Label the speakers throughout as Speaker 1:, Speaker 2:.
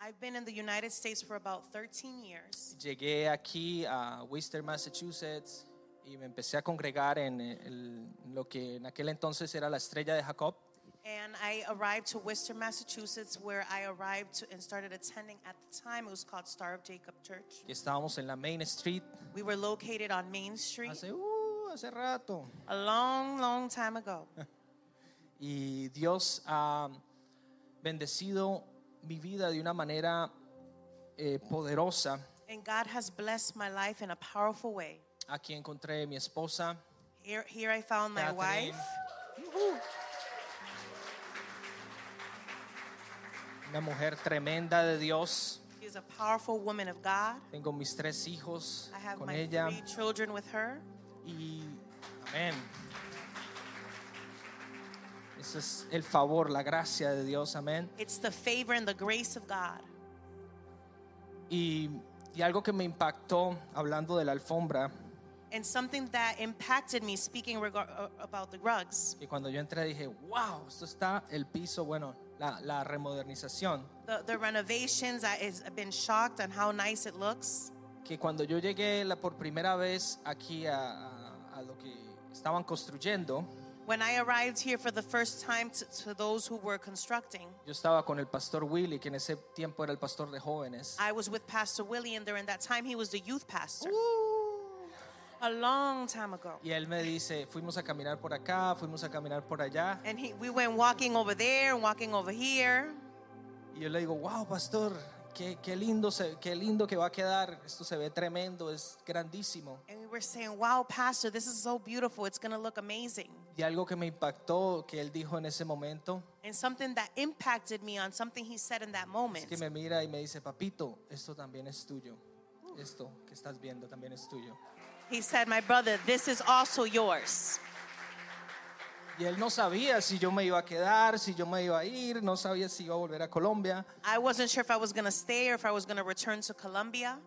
Speaker 1: I've been in the United States for about 13 years.
Speaker 2: Llegué aquí a Worcester, Massachusetts, y me empecé a congregar en el- lo que en aquel entonces era la estrella de Jacob.
Speaker 1: And I arrived to Worcester, Massachusetts, where I arrived to, and started attending at the time. It was called Star of Jacob Church.
Speaker 2: Y estábamos en la Main Street
Speaker 1: We were located on Main Street
Speaker 2: hace, uh, hace rato.
Speaker 1: a long, long time ago.
Speaker 2: Y Dios ha bendecido mi vida de una manera eh, poderosa.
Speaker 1: And God has blessed my life in a powerful way.
Speaker 2: Aquí encontré mi esposa.
Speaker 1: Here, here I found my
Speaker 2: Catherine.
Speaker 1: wife,
Speaker 2: Una mujer tremenda de Dios.
Speaker 1: she's a powerful woman of God.
Speaker 2: Tengo mis tres hijos
Speaker 1: I have
Speaker 2: con
Speaker 1: my
Speaker 2: ella.
Speaker 1: three children with her.
Speaker 2: Y amén. Ese es el favor, la gracia de Dios, amén.
Speaker 1: It's the favor and the grace of God.
Speaker 2: Y, y algo que me impactó hablando de la alfombra,
Speaker 1: And something that impacted me speaking regar- uh, about the rugs,
Speaker 2: que cuando yo entré dije, wow, esto está el piso, bueno, la, la remodernización.
Speaker 1: the, the renovations, I is, I've been shocked on how nice it looks.
Speaker 2: Que cuando yo llegué la, por primera vez aquí a, a- a lo que estaban construyendo,
Speaker 1: When I arrived here for the first time to, to those who were constructing,
Speaker 2: yo estaba con el pastor Willy, que en ese tiempo era el pastor de jóvenes.
Speaker 1: I was with Pastor Willie, and during that time, he was the youth pastor.
Speaker 2: Uh.
Speaker 1: A long time ago.
Speaker 2: Y él me dice, fuimos a caminar por acá, fuimos a caminar por allá.
Speaker 1: And he, we went walking over there and walking over here.
Speaker 2: Y yo le digo, wow, pastor, qué, qué lindo, se- qué lindo que va a quedar. Esto se ve tremendo, es grandísimo.
Speaker 1: And we were saying, wow, Pastor, this is so beautiful. It's going to look amazing.
Speaker 2: Y algo que me impactó, que él dijo en ese momento,
Speaker 1: And something that impacted me on something he said in that
Speaker 2: es
Speaker 1: moment.
Speaker 2: que me mira y me dice, papito, esto también es tuyo. Esto que estás viendo también es tuyo.
Speaker 1: He said, my brother, this is also yours.
Speaker 2: Y él no sabía si yo me iba a quedar, si yo me iba a ir, no sabía si iba a volver a Colombia.
Speaker 1: I wasn't sure if I was going to stay or if I was going to return to Colombia.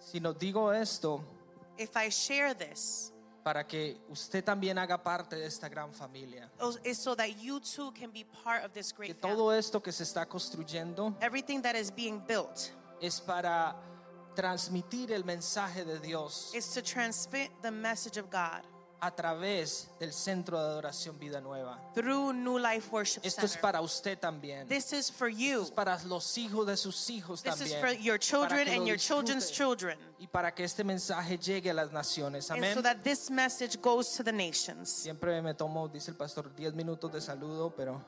Speaker 2: Si nos digo esto,
Speaker 1: If I share this,
Speaker 2: para que usted también haga parte de esta gran familia.
Speaker 1: it's so that you too can be part of this
Speaker 2: Que
Speaker 1: great family.
Speaker 2: todo esto que se está construyendo
Speaker 1: Everything that is being built
Speaker 2: es para transmitir el mensaje de Dios
Speaker 1: is to transmit the message of God
Speaker 2: a través del Centro de Adoración Vida Nueva.
Speaker 1: through New Life Worship
Speaker 2: Esto es
Speaker 1: Center.
Speaker 2: para usted también.
Speaker 1: This is for you.
Speaker 2: Es para los hijos de sus hijos
Speaker 1: This is
Speaker 2: también.
Speaker 1: for your
Speaker 2: Para
Speaker 1: children
Speaker 2: que lo
Speaker 1: and your children's
Speaker 2: disfruten.
Speaker 1: children.
Speaker 2: Y para que este mensaje llegue a las naciones.
Speaker 1: And
Speaker 2: Amén.
Speaker 1: so that this message goes to the nations.
Speaker 2: Siempre me tomo, dice el pastor, 10 minutos de saludo, pero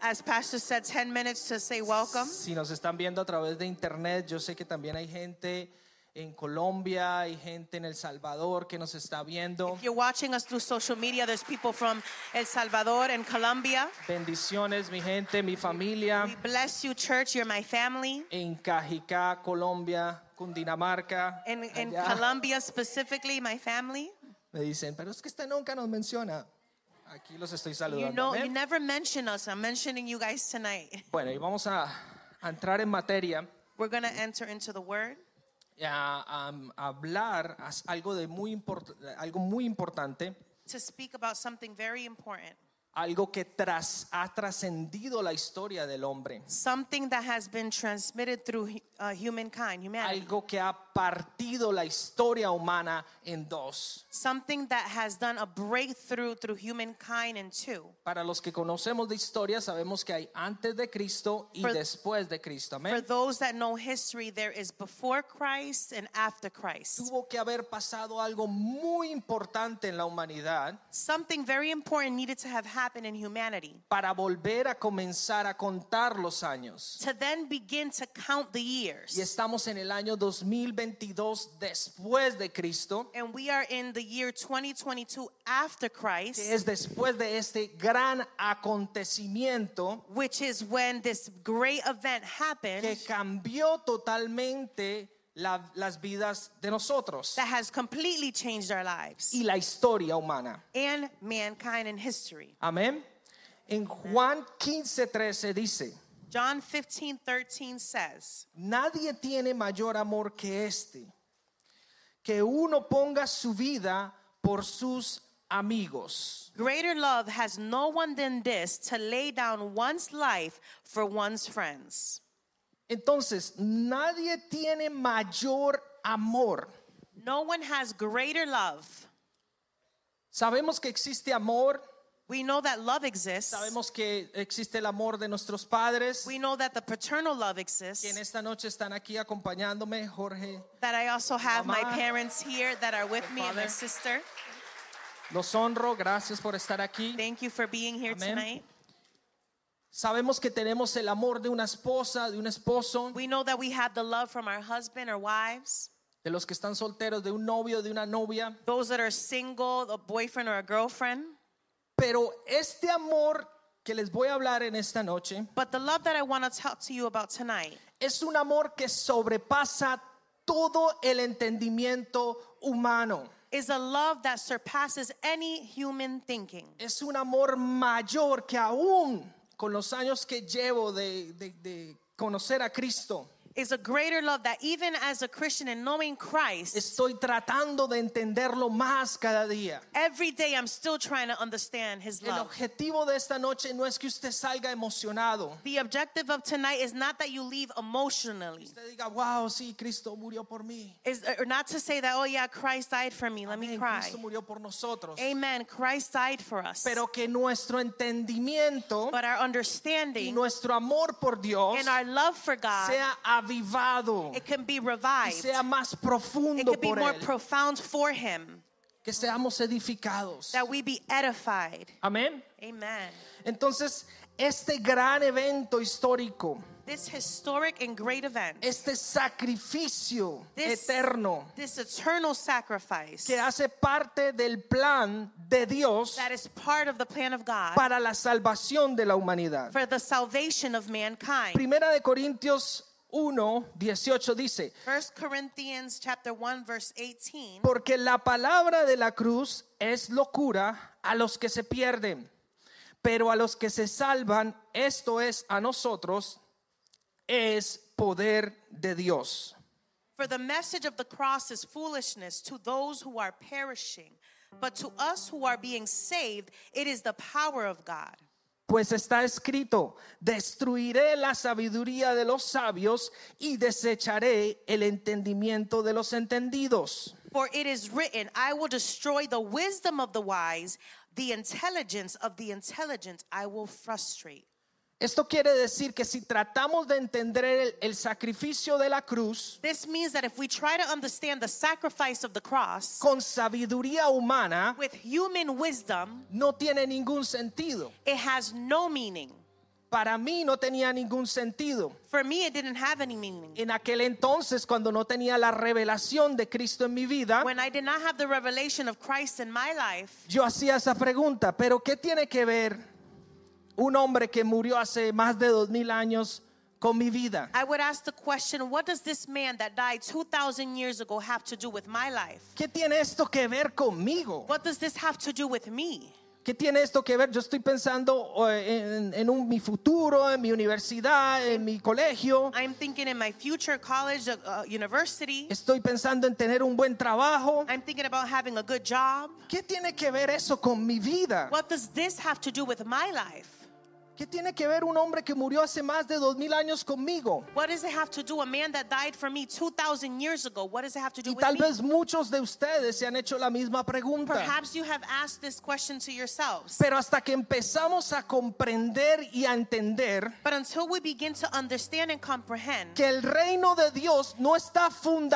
Speaker 1: As Pastor said, 10 minutes to say welcome.
Speaker 2: si nos están viendo a través de internet, yo sé que también hay gente en Colombia, hay gente en El Salvador que nos está viendo.
Speaker 1: If you're watching us through social media, there's people from El Salvador and Colombia.
Speaker 2: Bendiciones, mi gente, mi familia.
Speaker 1: We bless you, church. You're my family.
Speaker 2: en Cajicá, Colombia, Cundinamarca.
Speaker 1: In, in
Speaker 2: allá.
Speaker 1: Colombia, specifically, my family.
Speaker 2: Me dicen, pero es que usted nunca nos menciona. Aquí los estoy
Speaker 1: You
Speaker 2: saludando.
Speaker 1: know,
Speaker 2: amén.
Speaker 1: you never mention us. I'm mentioning you guys tonight.
Speaker 2: Bueno, y vamos a, a entrar en materia
Speaker 1: We're going to enter into the word.
Speaker 2: y a, a- a hablar as- algo, de muy import- algo muy importante,
Speaker 1: To speak about something very important,
Speaker 2: algo que tras, ha trascendido la historia del hombre,
Speaker 1: something that has been transmitted through hu- uh, humankind, humanity.
Speaker 2: algo que ha partido la historia humana en dos.
Speaker 1: something that has done a breakthrough through humankind in two.
Speaker 2: Para los que conocemos de historia, sabemos que hay antes de Cristo y
Speaker 1: For-
Speaker 2: después de Cristo. Amén.
Speaker 1: For those that know history, there is before Christ and after Christ.
Speaker 2: tuvo que haber pasado algo muy importante en la humanidad
Speaker 1: Something very important needed to have happened in humanity
Speaker 2: para volver a comenzar a contar los años.
Speaker 1: to then begin to count the
Speaker 2: Y
Speaker 1: years.
Speaker 2: estamos en el año 2022 después de Cristo,
Speaker 1: And we are in the year 2022 after
Speaker 2: que
Speaker 1: Christ,
Speaker 2: es después de este gran acontecimiento
Speaker 1: which is when this great event
Speaker 2: que
Speaker 1: happened
Speaker 2: cambió totalmente la- las vidas de nosotros
Speaker 1: that has completely changed our lives
Speaker 2: y la historia humana.
Speaker 1: and mankind in history.
Speaker 2: Amén. En Juan 15:13 dice,
Speaker 1: John 15 13 says,
Speaker 2: Nadie tiene mayor amor que este, que uno ponga su vida por sus amigos.
Speaker 1: Greater love has no one than this to lay down one's life for one's friends.
Speaker 2: Entonces, nadie tiene mayor amor.
Speaker 1: No one has greater love.
Speaker 2: Sabemos que existe amor,
Speaker 1: We know that love exists.
Speaker 2: sabemos que existe el amor de nuestros padres,
Speaker 1: We know that the paternal love exists.
Speaker 2: que en esta noche están aquí acompañándome, Jorge,
Speaker 1: That I also have my
Speaker 2: Mamá.
Speaker 1: parents here that are with me and my
Speaker 2: Father.
Speaker 1: sister.
Speaker 2: los honro, gracias por estar aquí.
Speaker 1: Thank you for being here
Speaker 2: Amén.
Speaker 1: tonight.
Speaker 2: Sabemos que tenemos el amor de una esposa, de un esposo,
Speaker 1: We know that we have the love from our husband or wives,
Speaker 2: de los que están solteros, de un novio, de una novia,
Speaker 1: those that are single, a boyfriend or a girlfriend.
Speaker 2: pero este amor que les voy a hablar en esta noche
Speaker 1: But the love that I want to talk to you about tonight
Speaker 2: es un amor que sobrepasa todo el entendimiento humano.
Speaker 1: is a love that surpasses any human thinking.
Speaker 2: Es un amor mayor que aún con los años que llevo de, de- de conocer a Cristo,
Speaker 1: It's a greater love that even as a Christian and knowing Christ,
Speaker 2: estoy tratando de entenderlo más cada día.
Speaker 1: every day I'm still trying to understand his
Speaker 2: El
Speaker 1: love.
Speaker 2: objetivo de esta noche no es que usted salga emocionado.
Speaker 1: The objective of tonight is not that you leave emotionally.
Speaker 2: Usted diga, wow, sí, Cristo murió por mí.
Speaker 1: Is or not to say that oh yeah, Christ died for me. Let me
Speaker 2: Amén,
Speaker 1: cry.
Speaker 2: Cristo murió por nosotros.
Speaker 1: Amen. Christ died for us.
Speaker 2: Pero que nuestro entendimiento
Speaker 1: but our
Speaker 2: y
Speaker 1: understanding
Speaker 2: nuestro amor por Dios
Speaker 1: and our love for God,
Speaker 2: sea avivado,
Speaker 1: it can be
Speaker 2: y
Speaker 1: revived.
Speaker 2: sea más
Speaker 1: It
Speaker 2: profundo
Speaker 1: can be
Speaker 2: por
Speaker 1: more
Speaker 2: Él,
Speaker 1: profound for Him
Speaker 2: que seamos edificados.
Speaker 1: that we be edified.
Speaker 2: Amén.
Speaker 1: Amen.
Speaker 2: Entonces, este gran evento histórico,
Speaker 1: This historic and great event,
Speaker 2: este sacrificio
Speaker 1: This-
Speaker 2: eterno
Speaker 1: this eternal sacrifice
Speaker 2: que hace parte del plan de Dios
Speaker 1: that is part of the plan of God
Speaker 2: para la salvación de la humanidad.
Speaker 1: for the salvation of mankind.
Speaker 2: Primera de Corintios 1, 18 dice,
Speaker 1: First Corinthians chapter 1 verse 18
Speaker 2: porque la palabra de la cruz es locura a los que se pierden, pero a los que se salvan, esto es a nosotros, es poder de Dios.
Speaker 1: For the message of the cross is foolishness to those who are perishing, but to us who are being saved, it is the power of God.
Speaker 2: Pues está escrito, destruiré la sabiduría de los sabios y desecharé el entendimiento de los entendidos.
Speaker 1: For it is written, I will destroy the wisdom of the wise, the intelligence of the intelligent I will frustrate.
Speaker 2: Esto quiere decir que si tratamos de entender el, el sacrificio de la cruz
Speaker 1: This means that if we try to understand the sacrifice of the cross
Speaker 2: con sabiduría humana,
Speaker 1: with human wisdom,
Speaker 2: no tiene ningún sentido.
Speaker 1: it has no meaning.
Speaker 2: Para mí no tenía ningún sentido.
Speaker 1: For me, it didn't have any meaning.
Speaker 2: En aquel entonces, cuando no tenía la revelación de Cristo en mi vida,
Speaker 1: When I did not have the revelation of Christ in my life,
Speaker 2: yo hacía esa pregunta, pero ¿qué tiene que ver un hombre que murió hace más de dos mil años con mi vida?
Speaker 1: I would ask the question, what does this man that died 2,000 years ago have to do with my life?
Speaker 2: ¿Qué tiene esto que ver conmigo?
Speaker 1: What does this have to do with me?
Speaker 2: ¿Qué tiene esto que ver? Yo estoy pensando eh, en, en un- mi futuro, en mi universidad, en mi colegio.
Speaker 1: I'm thinking in my future college, uh, uh, university.
Speaker 2: Estoy pensando en tener un buen trabajo.
Speaker 1: I'm thinking about having a good job.
Speaker 2: ¿Qué tiene que ver eso con mi vida?
Speaker 1: What does this have to do with my life?
Speaker 2: ¿Qué tiene que ver un hombre que murió hace más de dos mil años conmigo?
Speaker 1: What does it have to do? A man that died for me 2,000 years ago, what does it have to do
Speaker 2: Y
Speaker 1: with
Speaker 2: tal
Speaker 1: me?
Speaker 2: vez muchos de ustedes se han hecho la misma pregunta.
Speaker 1: Perhaps you have asked this question to yourselves.
Speaker 2: Pero hasta que empezamos a comprender y a entender
Speaker 1: but until we begin to understand and comprehend
Speaker 2: que el reino de Dios no está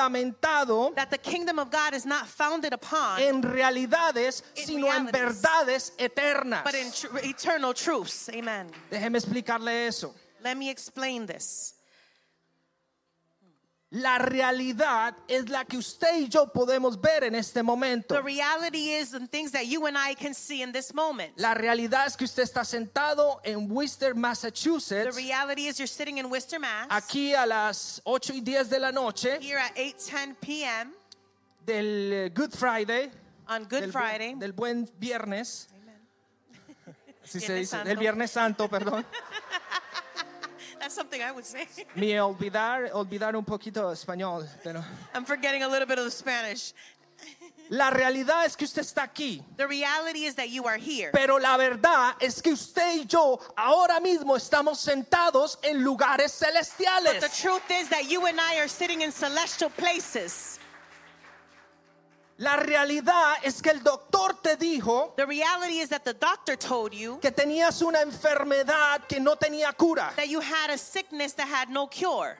Speaker 2: fundamentado
Speaker 1: that the kingdom of God is not founded upon
Speaker 2: en realidades,
Speaker 1: In
Speaker 2: sino en
Speaker 1: realities.
Speaker 2: verdades eternas.
Speaker 1: But in tr- eternal truths, amen.
Speaker 2: Déjeme explicarle eso.
Speaker 1: Let me explain this.
Speaker 2: La realidad es la que usted y yo podemos ver en este momento.
Speaker 1: The reality is, and things that you and I can see in this moment.
Speaker 2: La realidad es que usted está sentado en Worcester,
Speaker 1: The
Speaker 2: Massachusetts,
Speaker 1: reality is, you're sitting in Worcester, Mass.
Speaker 2: aquí a las 8 y 10 de la noche
Speaker 1: Here at 8:10 p.m.
Speaker 2: del eh, Good Friday,
Speaker 1: on Good
Speaker 2: del, bu-
Speaker 1: Friday.
Speaker 2: del buen viernes, si se
Speaker 1: Viernes
Speaker 2: dice,
Speaker 1: Santo.
Speaker 2: del viernes santo, perdón.
Speaker 1: That's something I would say.
Speaker 2: Me olvidar, olvidar un poquito español, pero
Speaker 1: I'm forgetting a little bit of the Spanish.
Speaker 2: La realidad es que usted está aquí.
Speaker 1: The reality is that you are here.
Speaker 2: Pero la verdad es que usted y yo ahora mismo estamos sentados en lugares
Speaker 1: But the
Speaker 2: celestiales.
Speaker 1: truth is that you and I are sitting in celestial places.
Speaker 2: La realidad es que el doctor te dijo
Speaker 1: The reality is that the doctor told you
Speaker 2: que tenías una enfermedad que no tenía cura.
Speaker 1: that you had a sickness that had no cure.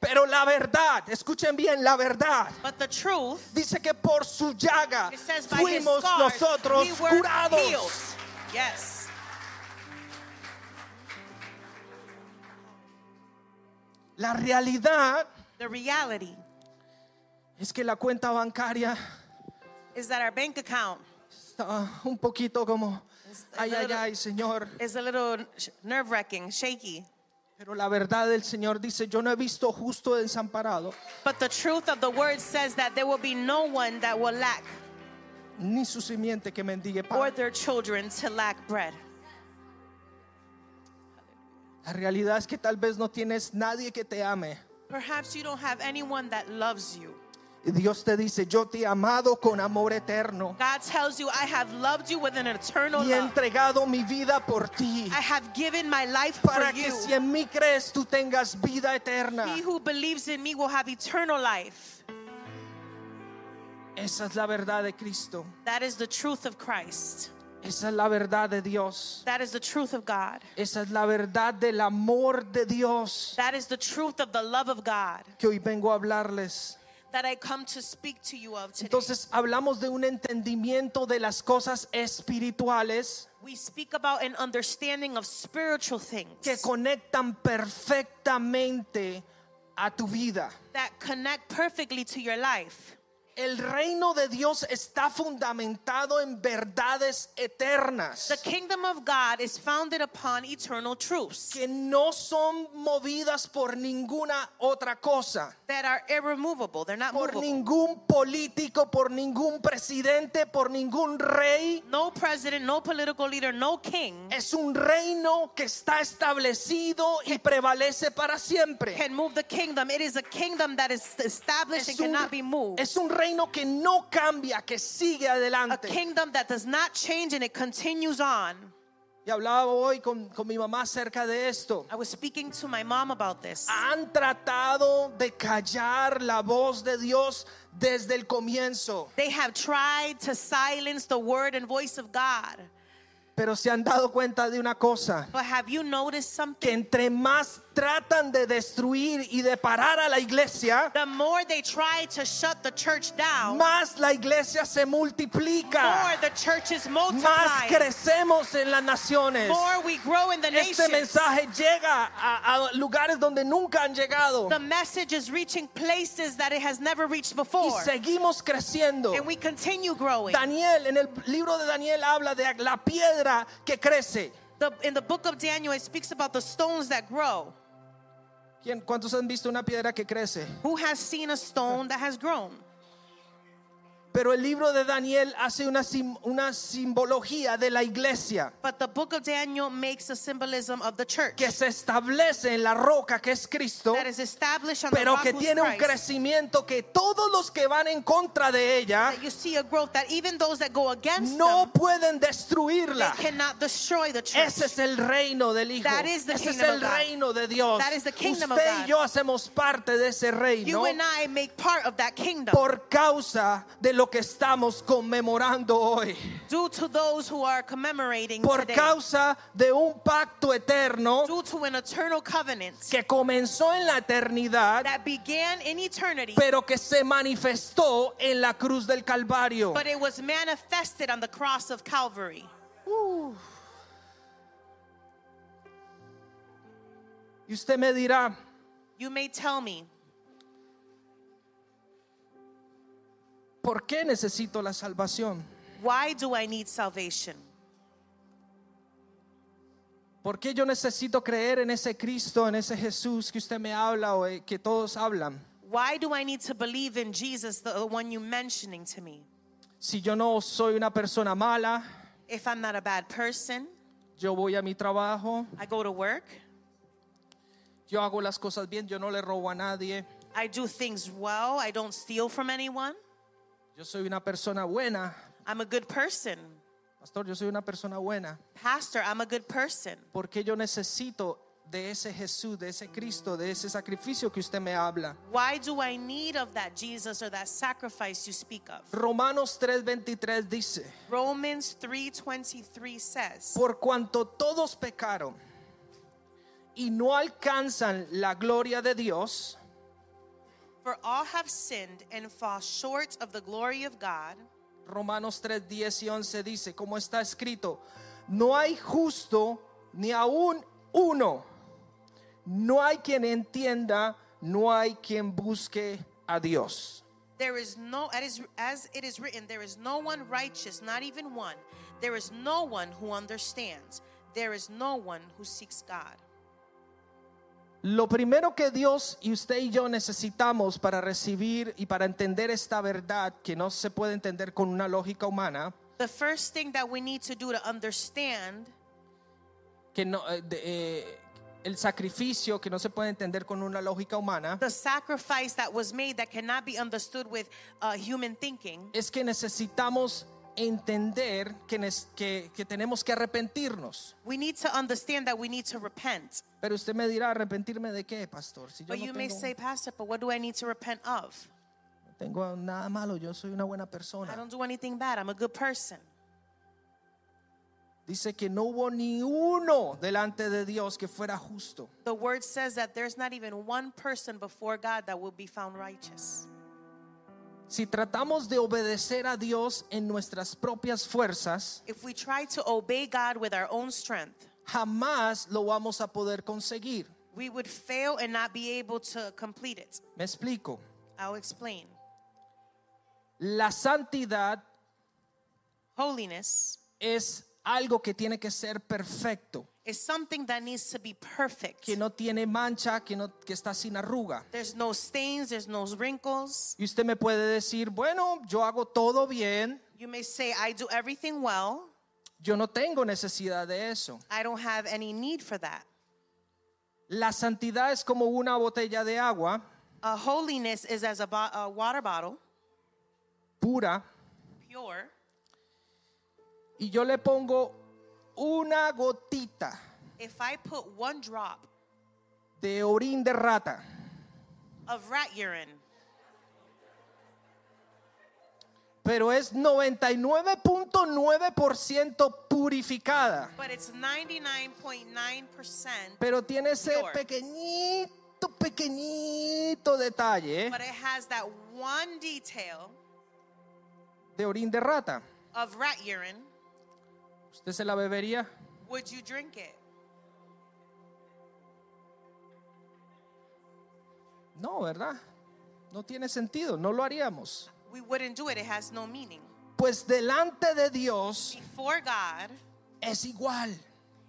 Speaker 2: Pero la verdad, escuchen bien, la verdad.
Speaker 1: But the truth,
Speaker 2: Dice que por su llaga
Speaker 1: it says by his
Speaker 2: fuimos
Speaker 1: scars,
Speaker 2: nosotros
Speaker 1: we were healed.
Speaker 2: curados.
Speaker 1: Yes.
Speaker 2: La realidad
Speaker 1: The reality
Speaker 2: es que la cuenta bancaria
Speaker 1: is that our bank account
Speaker 2: está un poquito como,
Speaker 1: It's a
Speaker 2: ay, ay,
Speaker 1: little-
Speaker 2: ay, Señor.
Speaker 1: is a little nerve wracking, shaky.
Speaker 2: Pero la verdad del Señor dice, yo no he visto justo desamparado,
Speaker 1: But the truth of the word says that there will be no one that will lack
Speaker 2: ni su simiente que mendigue
Speaker 1: or
Speaker 2: pan.
Speaker 1: their children to lack bread.
Speaker 2: La realidad es que tal vez no tienes nadie que te ame.
Speaker 1: Perhaps you don't have anyone that loves you.
Speaker 2: Y Dios te dice, yo te he amado con amor eterno
Speaker 1: God tells you, I have loved you with an eternal
Speaker 2: y he
Speaker 1: love.
Speaker 2: entregado mi vida por ti.
Speaker 1: I have given my life for
Speaker 2: Para que
Speaker 1: you.
Speaker 2: si en mí crees tú tengas vida eterna.
Speaker 1: He who believes in me will have eternal life.
Speaker 2: Esa es la verdad de Cristo.
Speaker 1: That is the truth of Christ.
Speaker 2: Esa es la verdad de Dios.
Speaker 1: That is the truth of God.
Speaker 2: Esa es la verdad del amor de Dios
Speaker 1: That is the truth of the love of God
Speaker 2: que hoy vengo a hablarles.
Speaker 1: that I come to speak to you of today.
Speaker 2: Entonces hablamos de un entendimiento de las cosas espirituales
Speaker 1: we speak about an understanding of spiritual
Speaker 2: que
Speaker 1: things
Speaker 2: conectan perfectamente a tu vida.
Speaker 1: that connect perfectly to your life.
Speaker 2: El reino de Dios está fundamentado en verdades
Speaker 1: The
Speaker 2: eternas
Speaker 1: kingdom of God is founded upon eternal truths
Speaker 2: que no son movidas por ninguna otra cosa.
Speaker 1: that are irremovable. They're not
Speaker 2: por
Speaker 1: movable.
Speaker 2: ningún político, por ningún presidente, por ningún rey.
Speaker 1: No president, no political leader, no king
Speaker 2: Es un reino que está establecido y prevalece para siempre.
Speaker 1: can move the kingdom. It is a kingdom that is established and
Speaker 2: Es un,
Speaker 1: cannot be moved.
Speaker 2: es un reino que no cambia, que sigue
Speaker 1: a
Speaker 2: adelante.
Speaker 1: kingdom that does not change and it continues on.
Speaker 2: Y hablaba hoy con, con mi mamá acerca de esto.
Speaker 1: I was speaking to my mom about this.
Speaker 2: Han tratado de callar la voz de Dios desde el comienzo,
Speaker 1: They have tried to silence the word and voice of God.
Speaker 2: pero se han dado cuenta de una cosa.
Speaker 1: But have you noticed
Speaker 2: que
Speaker 1: something?
Speaker 2: entre más tratan de destruir y de parar a la iglesia,
Speaker 1: The more they try to shut the church down,
Speaker 2: más la iglesia se
Speaker 1: more
Speaker 2: multiplica,
Speaker 1: the churches
Speaker 2: más
Speaker 1: multiply,
Speaker 2: crecemos en las naciones.
Speaker 1: more we grow in the
Speaker 2: Este
Speaker 1: nations.
Speaker 2: mensaje llega a, a lugares donde nunca han llegado
Speaker 1: The message is reaching places that it has never reached
Speaker 2: y
Speaker 1: before.
Speaker 2: seguimos creciendo.
Speaker 1: And we continue growing.
Speaker 2: Daniel, en el libro de Daniel habla de la piedra que crece.
Speaker 1: The, in the book of Daniel, it speaks about the stones that grow.
Speaker 2: ¿Quién- ¿Cuántos han visto una piedra que crece?
Speaker 1: Who has seen a stone that has grown?
Speaker 2: Pero el libro de Daniel hace una, sim- una simbología de la iglesia
Speaker 1: But the book of Daniel makes a symbolism of the church
Speaker 2: que se establece en la roca que es Cristo.
Speaker 1: that is established on the
Speaker 2: pero
Speaker 1: rock
Speaker 2: que
Speaker 1: who's
Speaker 2: tiene un
Speaker 1: Christ.
Speaker 2: crecimiento que todos los que van en contra de ella
Speaker 1: That you see a growth that even those that go against
Speaker 2: no
Speaker 1: them,
Speaker 2: pueden
Speaker 1: they
Speaker 2: destruirla.
Speaker 1: cannot destroy the church.
Speaker 2: Ese es el reino del Hijo.
Speaker 1: That is the
Speaker 2: Ese es
Speaker 1: kingdom
Speaker 2: el
Speaker 1: of God.
Speaker 2: reino de Dios.
Speaker 1: That is the kingdom of
Speaker 2: Usted y
Speaker 1: God.
Speaker 2: yo hacemos parte de ese reino
Speaker 1: you and I make part of that kingdom
Speaker 2: por causa de lo que estamos conmemorando hoy.
Speaker 1: due to those who are commemorating
Speaker 2: Por
Speaker 1: today,
Speaker 2: causa de un pacto eterno
Speaker 1: due to an eternal covenant
Speaker 2: que comenzó en la eternidad,
Speaker 1: that began in eternity,
Speaker 2: pero que se manifestó en la cruz del Calvario.
Speaker 1: but it was manifested on the cross of Calvary.
Speaker 2: Y usted me dirá,
Speaker 1: You may tell me,
Speaker 2: ¿Por qué necesito la salvación?
Speaker 1: why do I need salvation?
Speaker 2: ¿Por qué yo necesito creer en ese Cristo, en ese Jesús que usted me habla o eh, que todos hablan?
Speaker 1: Why do I need to believe in Jesus, the, the one you mentioning to me?
Speaker 2: Si yo no soy una persona mala,
Speaker 1: If I'm not a bad person,
Speaker 2: yo voy a mi trabajo,
Speaker 1: I go to work,
Speaker 2: yo hago las cosas bien, yo no le robo a nadie,
Speaker 1: I do things well. I don't steal from anyone.
Speaker 2: Yo soy una persona buena.
Speaker 1: I'm a good person.
Speaker 2: Pastor, yo soy una persona buena.
Speaker 1: Pastor, I'm a good person.
Speaker 2: Porque yo necesito de ese Jesús, de ese Cristo, de ese sacrificio que usted me habla.
Speaker 1: Why do I need of that Jesus or that sacrifice you speak of?
Speaker 2: Romanos 3:23 dice,
Speaker 1: Romans 3:23 says,
Speaker 2: por cuanto todos pecaron y no alcanzan la gloria de Dios,
Speaker 1: "For all have sinned and fall short of the glory of God."
Speaker 2: Romanos 3, 10 y 11 dice, como está escrito, no hay justo ni aún uno, no hay quien entienda, no hay quien busque a Dios.
Speaker 1: There is no as, as it is written, there is no one righteous, not even one. There is no one who understands. There is no one who seeks God.
Speaker 2: Lo primero que Dios y usted y yo necesitamos para recibir y para entender esta verdad que no se puede entender con una lógica humana,
Speaker 1: The first thing that we need to do to understand
Speaker 2: que no, eh, de, eh, el sacrificio que no se puede entender con una lógica humana,
Speaker 1: the sacrifice that was made that cannot be understood with uh, human thinking
Speaker 2: es que necesitamos entender que, nes- que- que tenemos que arrepentirnos.
Speaker 1: we need to understand that we need to repent
Speaker 2: Pero usted me dirá, ¿arrepentirme de qué, pastor? Si yo
Speaker 1: but
Speaker 2: no
Speaker 1: you may
Speaker 2: tengo,
Speaker 1: say pastor but what do i need to repent of
Speaker 2: no tengo nada malo, yo soy una buena
Speaker 1: i
Speaker 2: persona.
Speaker 1: don't do anything bad i'm a good person
Speaker 2: Dice que no hubo ni uno delante de Dios que fuera justo.
Speaker 1: the word says that there's not even one person before god that will be found righteous
Speaker 2: Si tratamos de obedecer a Dios en nuestras propias fuerzas,
Speaker 1: if we try to obey god with our own strength
Speaker 2: jamás lo vamos a poder conseguir.
Speaker 1: we would fail and not be able to complete it
Speaker 2: Me explico.
Speaker 1: i'll explain
Speaker 2: La santidad
Speaker 1: holiness
Speaker 2: es algo que tiene que ser perfecto,
Speaker 1: is something that needs to be perfect
Speaker 2: que no tiene mancha, que, no, que está sin arruga.
Speaker 1: There's no stains, there's no wrinkles.
Speaker 2: Y usted me puede decir, bueno, yo hago todo bien,
Speaker 1: You may say, I do everything well.
Speaker 2: yo no tengo necesidad de eso.
Speaker 1: I don't have any need for that.
Speaker 2: La santidad es como una botella de agua
Speaker 1: Uh, holiness is as a, bo- a water bottle,
Speaker 2: pura
Speaker 1: pure.
Speaker 2: y yo le pongo una gotita
Speaker 1: If I put one drop
Speaker 2: de orín de rata.
Speaker 1: of rat urine,
Speaker 2: pero es 99.9% purificada.
Speaker 1: but it's 99.9%,
Speaker 2: Pero tiene ese
Speaker 1: Pure.
Speaker 2: pequeñito, pequeñito detalle ¿eh?
Speaker 1: but it has that one detail
Speaker 2: de orín de rata.
Speaker 1: of rat urine,
Speaker 2: ¿Usted se la bebería?
Speaker 1: would you drink it?
Speaker 2: No, ¿verdad? No tiene sentido, no lo haríamos.
Speaker 1: We wouldn't do it, it has no meaning.
Speaker 2: Pues delante de Dios
Speaker 1: Before God,
Speaker 2: es igual.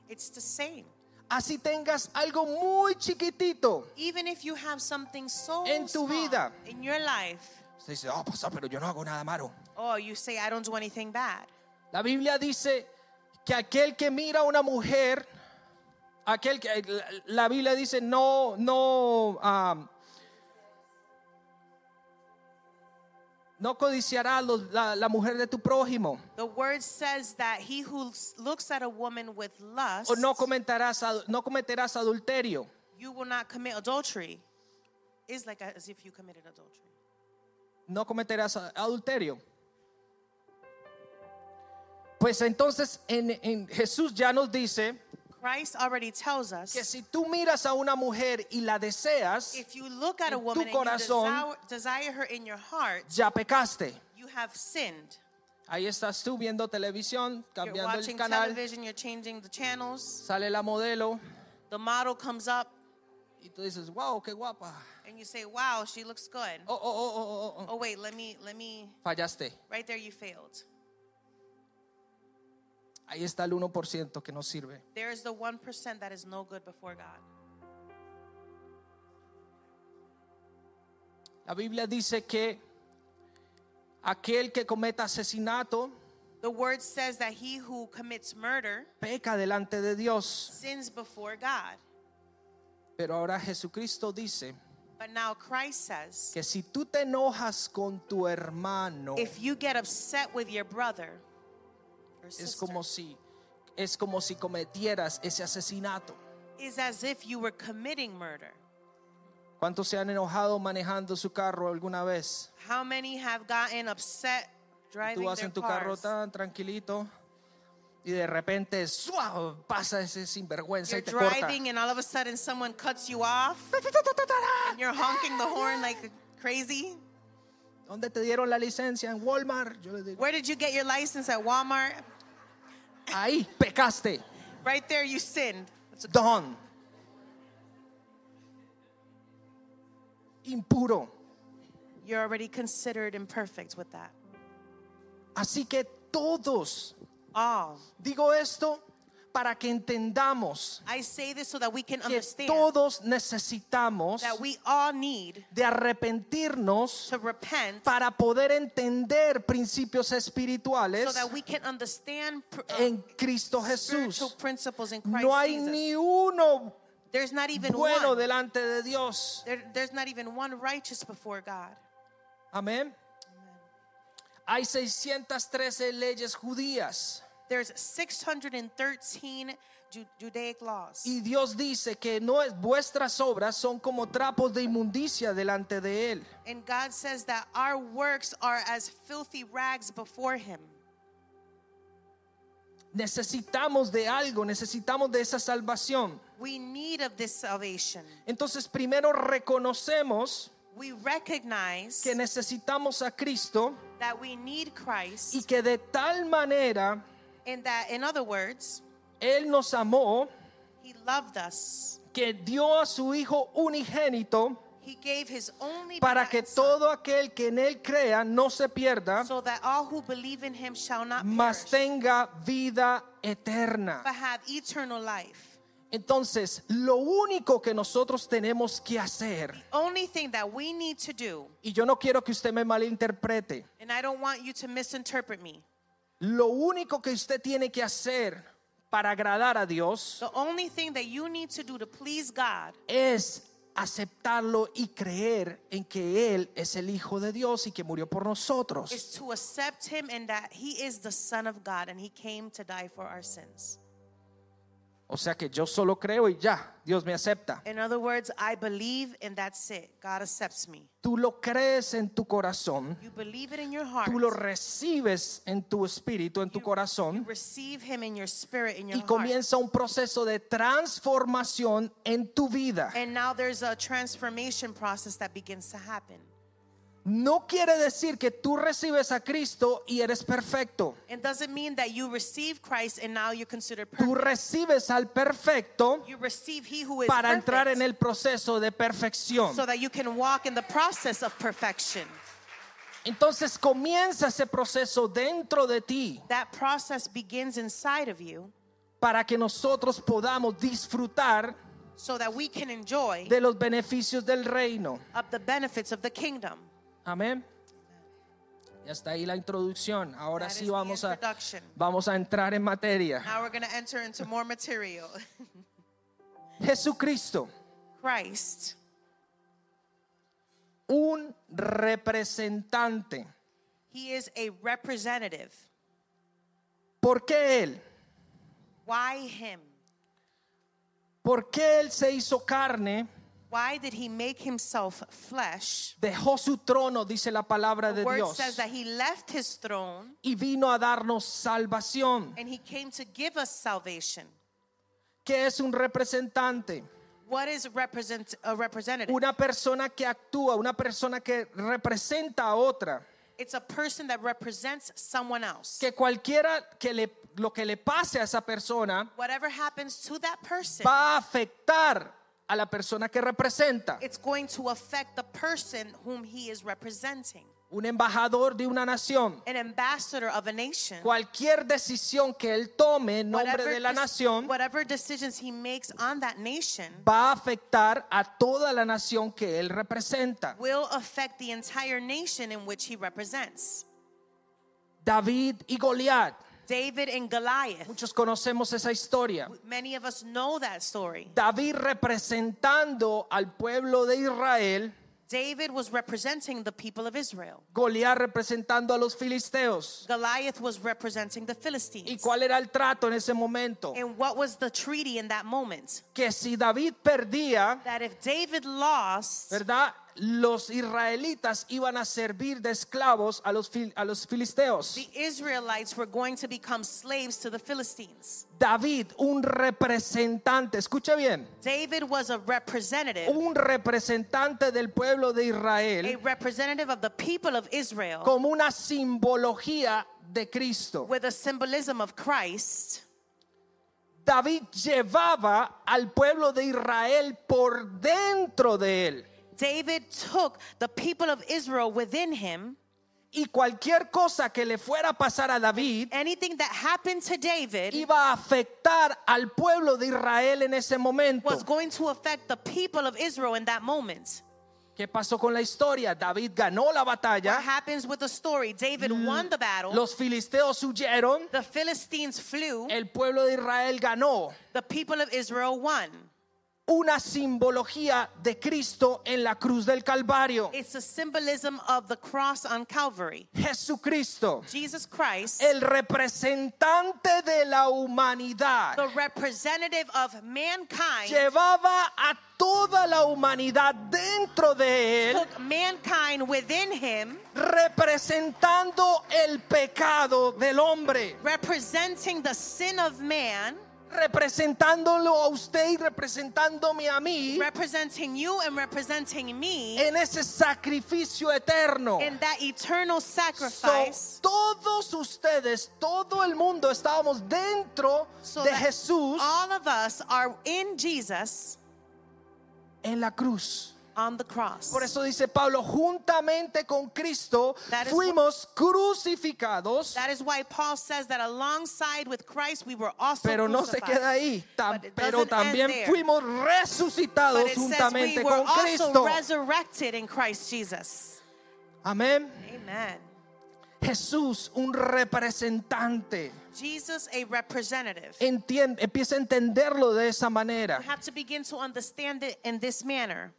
Speaker 1: it's the same.
Speaker 2: Así tengas algo muy chiquitito.
Speaker 1: Even if you have something so
Speaker 2: En tu
Speaker 1: small
Speaker 2: vida.
Speaker 1: in your life,
Speaker 2: Usted dice, oh, pastor, pero yo no hago nada malo.
Speaker 1: Oh, you say, I don't do anything bad.
Speaker 2: La Biblia dice que aquel que mira a una mujer, aquel que eh, la- la Biblia dice no, no, ah, am, no codiciarás los- la, la mujer de tu prójimo
Speaker 1: The word says that he who s- looks at a woman with lust,
Speaker 2: o no comentarás, ad- no cometerás adulterio.
Speaker 1: you will not commit adultery. Is like as if you committed adultery.
Speaker 2: No cometerás a- adulterio. Pues entonces en- en Jesús ya nos dice
Speaker 1: Christ already tells us
Speaker 2: que si tú miras a una mujer y la deseas,
Speaker 1: if you look at a
Speaker 2: en tu
Speaker 1: woman and you
Speaker 2: corazón-
Speaker 1: desire, desire her in your heart,
Speaker 2: ya pecaste.
Speaker 1: you have sinned.
Speaker 2: Ahí estás tú viendo televisión,
Speaker 1: You're
Speaker 2: cambiando el
Speaker 1: watching
Speaker 2: canal,
Speaker 1: television, you're changing the channels,
Speaker 2: sale la modelo
Speaker 1: the model comes up,
Speaker 2: y tú dices, wow, qué guapa.
Speaker 1: and you say, Wow, she looks good.
Speaker 2: Oh, oh, oh, oh, oh, oh.
Speaker 1: Oh, wait, let me, let me,
Speaker 2: Fallaste.
Speaker 1: right there, you failed.
Speaker 2: Ahí está el 1% que no sirve.
Speaker 1: There is the 1% that is no good before God.
Speaker 2: La Biblia dice que aquel que cometa asesinato
Speaker 1: The word says that he who commits murder
Speaker 2: peca delante de Dios.
Speaker 1: sins before God.
Speaker 2: Pero ahora Jesucristo dice,
Speaker 1: But now Christ says,
Speaker 2: que si tú te enojas con tu hermano,
Speaker 1: if you get upset with your brother or
Speaker 2: es
Speaker 1: sister,
Speaker 2: como si es como si cometieras ese asesinato.
Speaker 1: is as if you were committing murder.
Speaker 2: ¿Cuántos se han enojado manejando su carro alguna vez?
Speaker 1: How many have gotten upset driving
Speaker 2: Tú vas
Speaker 1: their
Speaker 2: en tu carro
Speaker 1: cars?
Speaker 2: tan tranquilito y de repente ¡suau! pasa ese sinvergüenza
Speaker 1: You're
Speaker 2: y te corta.
Speaker 1: driving and all of a sudden someone cuts you off and you're honking the horn like crazy.
Speaker 2: ¿Dónde te dieron la licencia? En Walmart. Yo le digo,
Speaker 1: Where did you get your license at Walmart?
Speaker 2: ahí pecaste.
Speaker 1: Right there you sinned.
Speaker 2: Don. Impuro.
Speaker 1: You're already considered imperfect with that.
Speaker 2: Así que todos,
Speaker 1: All.
Speaker 2: digo esto para que entendamos
Speaker 1: I say this so that we can
Speaker 2: que
Speaker 1: understand
Speaker 2: todos necesitamos
Speaker 1: that we all need
Speaker 2: de arrepentirnos
Speaker 1: to repent
Speaker 2: para poder entender principios
Speaker 1: so
Speaker 2: espirituales
Speaker 1: that we can understand pr- uh,
Speaker 2: en Cristo
Speaker 1: spiritual
Speaker 2: Jesús.
Speaker 1: principles in Christ
Speaker 2: No hay
Speaker 1: Jesus.
Speaker 2: ni uno
Speaker 1: There's not even
Speaker 2: bueno
Speaker 1: one.
Speaker 2: delante de Dios.
Speaker 1: There- there's not even one righteous before God.
Speaker 2: Amén. Hay 613 leyes judías
Speaker 1: There's 613 Ju- Judaic laws.
Speaker 2: y Dios dice que no es, vuestras obras son como trapos de inmundicia delante de él.
Speaker 1: And God says that our works are as filthy rags before Him.
Speaker 2: Necesitamos de algo, necesitamos de esa salvación.
Speaker 1: We need of this salvation.
Speaker 2: Entonces primero reconocemos
Speaker 1: We recognize
Speaker 2: que necesitamos a Cristo
Speaker 1: that we need Christ
Speaker 2: y que de tal manera
Speaker 1: and that, in other words,
Speaker 2: él nos amó
Speaker 1: He loved us.
Speaker 2: que dio a su hijo unigénito
Speaker 1: He gave His only
Speaker 2: para que
Speaker 1: begotten Son,
Speaker 2: todo aquel que en él crea no se pierda,
Speaker 1: so that all who believe in Him shall not
Speaker 2: mas
Speaker 1: perish,
Speaker 2: tenga vida eterna.
Speaker 1: but have eternal life.
Speaker 2: Entonces, lo único que nosotros tenemos que hacer,
Speaker 1: Only thing that we need to do,
Speaker 2: y yo no quiero que usted me malinterprete,
Speaker 1: and I don't want you to misinterpret me.
Speaker 2: lo único que usted tiene que hacer para agradar a Dios
Speaker 1: The only thing that you need to do to please God
Speaker 2: es aceptarlo y creer en que Él es el Hijo de Dios y que murió por nosotros.
Speaker 1: is to accept him and that he is the son of God and he came to die for our sins.
Speaker 2: O sea que yo solo creo y ya, Dios me acepta.
Speaker 1: In other words, I believe and that's it. God accepts me.
Speaker 2: Tú lo crees en tu corazón,
Speaker 1: You believe it in your heart.
Speaker 2: tú lo recibes en tu espíritu, en tu
Speaker 1: You
Speaker 2: corazón,
Speaker 1: receive him in your spirit, in your
Speaker 2: y
Speaker 1: heart.
Speaker 2: comienza un proceso de transformación en tu vida.
Speaker 1: And now there's a transformation process that begins to happen.
Speaker 2: No quiere decir que tú recibes a Cristo y eres perfecto.
Speaker 1: It doesn't mean that you receive Christ and now you're considered
Speaker 2: Tú
Speaker 1: perfect.
Speaker 2: recibes al perfecto
Speaker 1: You receive he who is
Speaker 2: para entrar
Speaker 1: perfect
Speaker 2: en el proceso de perfección.
Speaker 1: so that you can walk in the process of perfection.
Speaker 2: Entonces comienza ese proceso dentro de ti
Speaker 1: That process begins inside of you
Speaker 2: para que nosotros podamos disfrutar
Speaker 1: so that we can enjoy
Speaker 2: de los beneficios del reino.
Speaker 1: of the benefits of the kingdom.
Speaker 2: Amén. Y hasta ahí la introducción. Ahora
Speaker 1: That
Speaker 2: sí
Speaker 1: is the
Speaker 2: vamos a,
Speaker 1: introduction.
Speaker 2: vamos a entrar en materia.
Speaker 1: Now we're going to enter into more material.
Speaker 2: Jesucristo,
Speaker 1: Christ,
Speaker 2: un representante.
Speaker 1: he is a representative.
Speaker 2: ¿Por qué Él?
Speaker 1: Why him?
Speaker 2: ¿Por qué Él se hizo carne?
Speaker 1: Why did he make himself flesh?
Speaker 2: Dejó su trono, dice la palabra
Speaker 1: The
Speaker 2: de
Speaker 1: word
Speaker 2: Dios,
Speaker 1: says that he left his throne
Speaker 2: y vino a darnos salvación.
Speaker 1: and he came to give us salvation.
Speaker 2: ¿Qué es un representante?
Speaker 1: What is represent a representative?
Speaker 2: Una persona que actúa, una persona que representa a otra.
Speaker 1: It's a person that represents someone else.
Speaker 2: Que cualquiera que le, lo que le pase a esa persona
Speaker 1: Whatever happens to that person,
Speaker 2: va a afectar a la persona que representa.
Speaker 1: it's going to affect the person whom he is representing.
Speaker 2: Un embajador de una nación.
Speaker 1: an ambassador of a nation.
Speaker 2: Cualquier decisión que él tome en nombre de la
Speaker 1: dec-
Speaker 2: nación
Speaker 1: whatever decisions he makes on that nation
Speaker 2: va a afectar a toda la nación que él representa.
Speaker 1: will affect the entire nation in which he represents.
Speaker 2: David y Goliat
Speaker 1: David and Goliath.
Speaker 2: Muchos conocemos esa historia.
Speaker 1: Many of us know that story.
Speaker 2: David representando al pueblo de Israel,
Speaker 1: David was representing the people of Israel.
Speaker 2: Goliat representando a los filisteos.
Speaker 1: Goliath was representing the
Speaker 2: ¿Y
Speaker 1: Philistines.
Speaker 2: cuál era el trato en ese momento?
Speaker 1: And what was the treaty in that moment?
Speaker 2: Que si David perdía,
Speaker 1: That if David lost,
Speaker 2: ¿verdad? Los israelitas iban a servir de esclavos a los, fil- a los filisteos.
Speaker 1: the Israelites were going to become slaves to the Philistines.
Speaker 2: David, un representante, escucha bien,
Speaker 1: David was a representative,
Speaker 2: un representante del pueblo
Speaker 1: a
Speaker 2: de Israel
Speaker 1: representative of the people of Israel
Speaker 2: como una simbología de Cristo.
Speaker 1: with a symbolism of Christ.
Speaker 2: David llevaba al pueblo de Israel por dentro de él.
Speaker 1: David took the people of Israel within him.
Speaker 2: Y cualquier cosa que le fuera a pasar a David
Speaker 1: Anything that happened to David
Speaker 2: iba a afectar al pueblo de Israel en ese momento.
Speaker 1: was going to affect the people of Israel in that moment.
Speaker 2: ¿Qué pasó con la historia? David ganó la
Speaker 1: What
Speaker 2: batalla,
Speaker 1: happens with the story? David won the battle.
Speaker 2: los filisteos huyeron,
Speaker 1: The Philistines flew.
Speaker 2: el pueblo de Israel ganó.
Speaker 1: The people of Israel won.
Speaker 2: Una simbología de Cristo en la cruz del Calvario.
Speaker 1: It's a symbolism of the cross on Calvary.
Speaker 2: Jesucristo,
Speaker 1: Jesus Christ,
Speaker 2: el representante de la humanidad.
Speaker 1: the representative of mankind,
Speaker 2: llevaba a toda la humanidad dentro de él,
Speaker 1: took mankind within him,
Speaker 2: representando el pecado del hombre,
Speaker 1: representing the sin of man,
Speaker 2: representándolo a usted y representándome a mí
Speaker 1: representing you and representing me
Speaker 2: en ese sacrificio eterno.
Speaker 1: in that eternal
Speaker 2: So,
Speaker 1: sacrifice.
Speaker 2: todos ustedes, todo el mundo estábamos dentro
Speaker 1: So
Speaker 2: de
Speaker 1: that
Speaker 2: Jesús
Speaker 1: all of us are in Jesus
Speaker 2: en la cruz.
Speaker 1: on the cross.
Speaker 2: Por eso dice Pablo, juntamente con Cristo
Speaker 1: That is what-
Speaker 2: fuimos crucificados.
Speaker 1: That is why Paul says that alongside with Christ we were also
Speaker 2: Pero no se
Speaker 1: crucified.
Speaker 2: queda ahí, tam-
Speaker 1: But it
Speaker 2: pero
Speaker 1: doesn't
Speaker 2: también
Speaker 1: end there.
Speaker 2: fuimos
Speaker 1: But
Speaker 2: resucitados
Speaker 1: it says we
Speaker 2: juntamente
Speaker 1: were
Speaker 2: con
Speaker 1: also
Speaker 2: Cristo.
Speaker 1: resurrected in Christ Jesus.
Speaker 2: Amén.
Speaker 1: Amen.
Speaker 2: Jesús, un representante,
Speaker 1: Jesus, a representative.
Speaker 2: Entien- empieza a entenderlo de esa manera.
Speaker 1: We have to begin to understand it in this manner.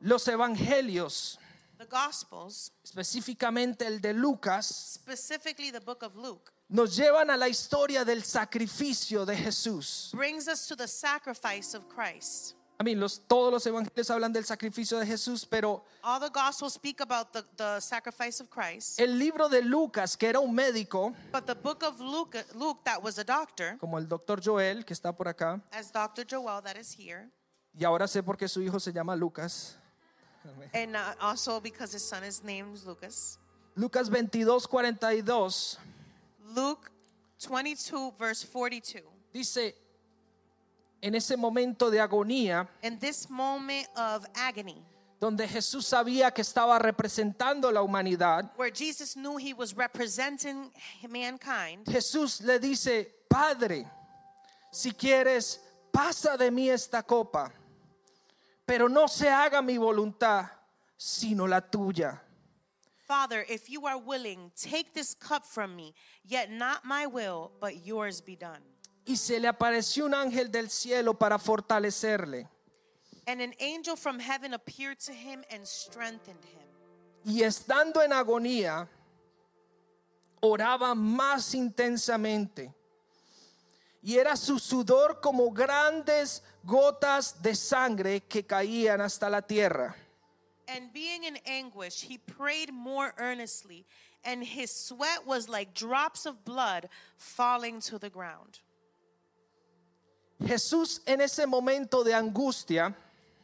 Speaker 2: Los evangelios,
Speaker 1: The Gospels,
Speaker 2: específicamente el de Lucas,
Speaker 1: specifically the book of Luke,
Speaker 2: nos llevan a la historia del sacrificio de Jesús.
Speaker 1: brings us to the sacrifice of Christ.
Speaker 2: A mí, los, todos los evangelios hablan del sacrificio de Jesús, pero
Speaker 1: All the Gospels speak about the, the sacrifice of Christ,
Speaker 2: el libro de Lucas, que era un médico,
Speaker 1: but the book of Luke, Luke that was a doctor,
Speaker 2: como el doctor Joel, que está por acá,
Speaker 1: as Dr. Joel, that is here,
Speaker 2: Y ahora sé por qué su hijo se llama Lucas.
Speaker 1: and uh, also because his son is named Lucas.
Speaker 2: Lucas 22, 42
Speaker 1: Luke 22, verse 42.
Speaker 2: dice, en ese momento de agonía,
Speaker 1: In this moment of agony,
Speaker 2: donde Jesús sabía que estaba representando la humanidad,
Speaker 1: where Jesus knew he was representing mankind,
Speaker 2: Jesús le dice, Padre, si quieres, pasa de mí esta copa, pero no se haga mi voluntad, sino la tuya.
Speaker 1: Father, if you are willing, take this cup from me, yet not my will, but yours be done.
Speaker 2: Y se le apareció un ángel del cielo para fortalecerle.
Speaker 1: And an angel from heaven appeared to him and strengthened him.
Speaker 2: y estando en agonía, oraba más intensamente. Y era su sudor como grandes gotas de sangre que caían hasta la tierra.
Speaker 1: And being in anguish, he prayed more earnestly, and his sweat was like drops of blood falling to the ground.
Speaker 2: Jesús en ese momento de angustia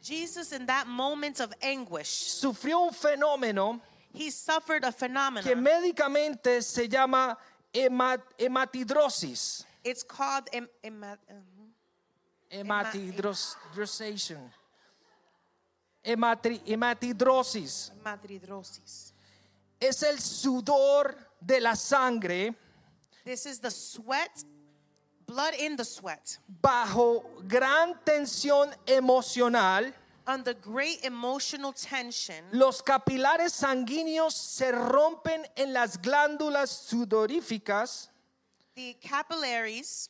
Speaker 1: Jesus, in that moment of anguish,
Speaker 2: sufrió un fenómeno
Speaker 1: He suffered a
Speaker 2: que
Speaker 1: phenomenon.
Speaker 2: médicamente se llama hema- hematidrosis.
Speaker 1: It's called em- ema- mhm.
Speaker 2: Hematidrosation. Hematri- Hematidrosis.
Speaker 1: hematidrosis.
Speaker 2: es el sudor de la sangre
Speaker 1: This is the sweat, blood in the sweat,
Speaker 2: bajo gran tensión emocional
Speaker 1: Under great emotional tension,
Speaker 2: Los capilares sanguíneos se rompen en las glándulas sudoríficas
Speaker 1: the capillaries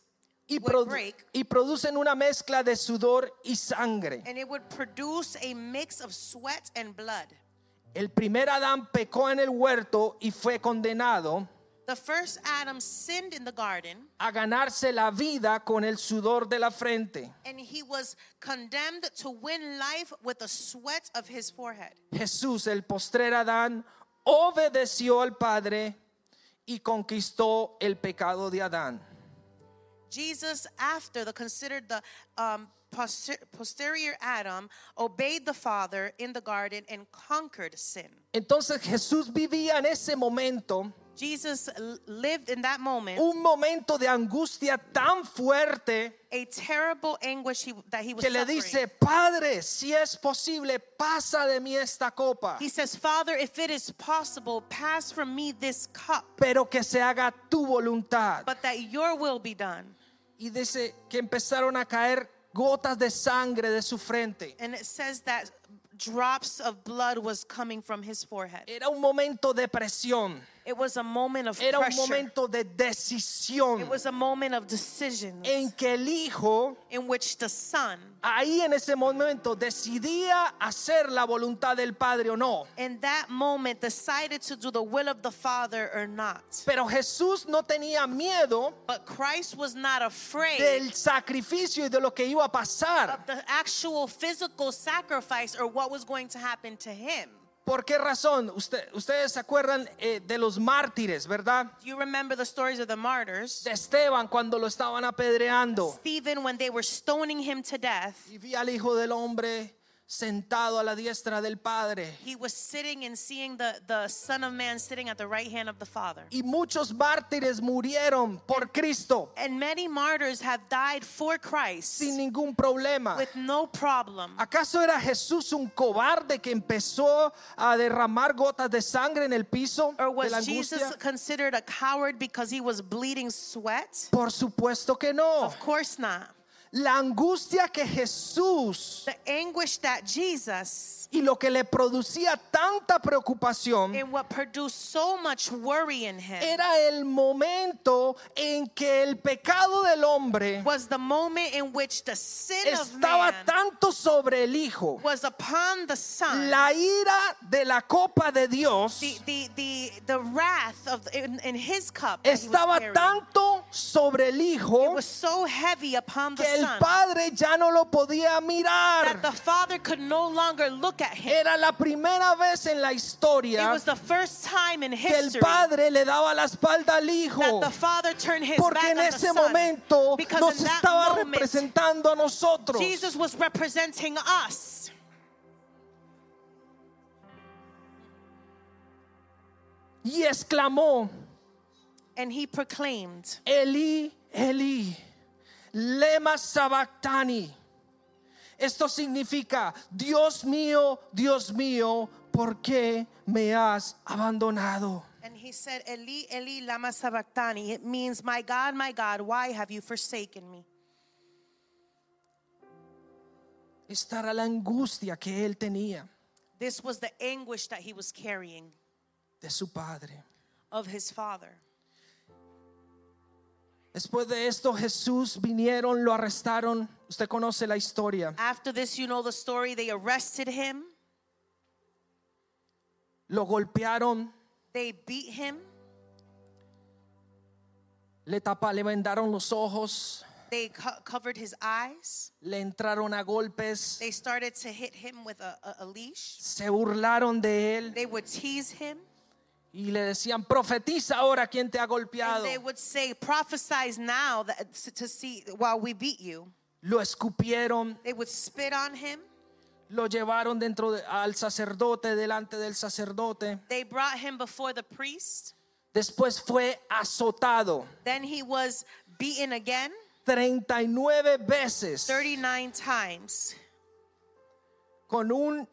Speaker 2: y,
Speaker 1: would
Speaker 2: produ-
Speaker 1: break
Speaker 2: y producen una mezcla de sudor y sangre.
Speaker 1: and it would produce a mix of sweat and blood.
Speaker 2: El primer Adán pecó en el huerto y fue condenado
Speaker 1: The first Adam sinned in the garden
Speaker 2: a ganarse la vida con el sudor de la frente.
Speaker 1: and he was condemned to win life with the sweat of his forehead.
Speaker 2: Jesús, el postrer Adán, obedeció al Padre y conquistó el pecado de Adán.
Speaker 1: Jesus, after the considered the um, poster- posterior Adam, obeyed the Father in the garden and conquered sin.
Speaker 2: Entonces Jesús vivía en ese momento
Speaker 1: Jesus l- lived in that moment
Speaker 2: un momento de angustia tan fuerte
Speaker 1: a terrible anguish he, that he was
Speaker 2: que le
Speaker 1: suffering.
Speaker 2: dice, Padre, si es posible, pasa de mí esta copa,
Speaker 1: he says, Father, if it is possible, pass from me this cup,
Speaker 2: pero que se haga tu voluntad.
Speaker 1: but that your will be done.
Speaker 2: Y dice que empezaron a caer gotas de sangre de su frente.
Speaker 1: And it says that drops of blood was coming from his forehead.
Speaker 2: Era un momento de presión,
Speaker 1: It was a moment of
Speaker 2: era un
Speaker 1: pressure.
Speaker 2: momento de
Speaker 1: it
Speaker 2: decisión
Speaker 1: was a moment of decision
Speaker 2: en que el hijo
Speaker 1: in which the son
Speaker 2: ahí en ese momento decidía hacer la voluntad del Padre o no.
Speaker 1: in that moment decided to do the will of the Father or not.
Speaker 2: Pero Jesús no tenía miedo
Speaker 1: But Christ was not afraid
Speaker 2: del sacrificio y de lo que iba a pasar.
Speaker 1: of the actual physical sacrifice or what was going to happen to him.
Speaker 2: ¿Por qué razón? Usted- ustedes se acuerdan eh, de los mártires, ¿verdad?
Speaker 1: Do you remember the stories of the martyrs?
Speaker 2: De Esteban cuando lo estaban apedreando
Speaker 1: Stephen, when they were stoning him to death,
Speaker 2: y vi al Hijo del Hombre sentado a la diestra del Padre.
Speaker 1: he was sitting and seeing the, the Son of Man sitting at the right hand of the Father.
Speaker 2: Y muchos mártires murieron por Cristo
Speaker 1: And many martyrs have died for Christ
Speaker 2: sin ningún problema.
Speaker 1: with no problem.
Speaker 2: ¿Acaso era Jesús un cobarde que empezó a derramar gotas de sangre en el piso
Speaker 1: Or
Speaker 2: de la
Speaker 1: was Jesus
Speaker 2: angustia?
Speaker 1: considered a coward because he was bleeding sweat?
Speaker 2: Por supuesto que no.
Speaker 1: Of course not.
Speaker 2: La angustia que Jesús
Speaker 1: The anguish that Jesus
Speaker 2: y lo que le producía tanta preocupación
Speaker 1: and what produced so much worry in him
Speaker 2: Mm. era el momento en que el pecado del hombre
Speaker 1: was the moment in which the sin of
Speaker 2: estaba
Speaker 1: man
Speaker 2: tanto sobre el Hijo.
Speaker 1: was upon the Son.
Speaker 2: La ira de la copa de Dios
Speaker 1: The, the, the, the wrath of in, in his cup that he was
Speaker 2: estaba
Speaker 1: carrying
Speaker 2: tanto sobre el Hijo
Speaker 1: was so heavy upon the
Speaker 2: que el
Speaker 1: Son
Speaker 2: Padre ya no lo podía
Speaker 1: that the
Speaker 2: mirar.
Speaker 1: Father could no longer look at him.
Speaker 2: Era la primera vez en la
Speaker 1: It
Speaker 2: historia
Speaker 1: was the first time in
Speaker 2: que el
Speaker 1: history
Speaker 2: Padre le daba la espalda al
Speaker 1: that
Speaker 2: Hijo.
Speaker 1: the Father turned his
Speaker 2: Porque
Speaker 1: back
Speaker 2: en
Speaker 1: on the
Speaker 2: ese
Speaker 1: Son
Speaker 2: momento
Speaker 1: because
Speaker 2: nos
Speaker 1: in that
Speaker 2: estaba
Speaker 1: moment,
Speaker 2: representando a nosotros.
Speaker 1: Jesus was representing us.
Speaker 2: Y exclamó,
Speaker 1: And he proclaimed,
Speaker 2: Eli, Eli, lema sabactani. Esto significa, Dios mío, Dios mío, ¿por qué me has abandonado?
Speaker 1: and he said, Eli, Eli, lama sabachthani. It means, My God, my God, why have you forsaken me?
Speaker 2: Esta era la angustia que él tenía
Speaker 1: This was the anguish that he was carrying
Speaker 2: de su padre.
Speaker 1: of his father.
Speaker 2: Después de esto Jesús vinieron, lo arrestaron. Usted conoce la historia.
Speaker 1: After this, you know the story. They arrested him,
Speaker 2: Lo golpearon,
Speaker 1: they beat him,
Speaker 2: le tapa, le vendaron los ojos,
Speaker 1: they co- covered his eyes,
Speaker 2: le entraron a golpes,
Speaker 1: they started to hit him with a, a, a leash,
Speaker 2: se burlaron de él
Speaker 1: they would tease him.
Speaker 2: y le decían, profetiza ahora quien te ha
Speaker 1: And
Speaker 2: golpeado.
Speaker 1: they would say, prophesize now that, to see while we beat you.
Speaker 2: Lo escupieron,
Speaker 1: They would spit on him.
Speaker 2: lo llevaron dentro de- al sacerdote, delante del sacerdote.
Speaker 1: They brought him before the priest.
Speaker 2: Después fue azotado
Speaker 1: Then he was beaten again
Speaker 2: 39 veces
Speaker 1: 39 times
Speaker 2: con un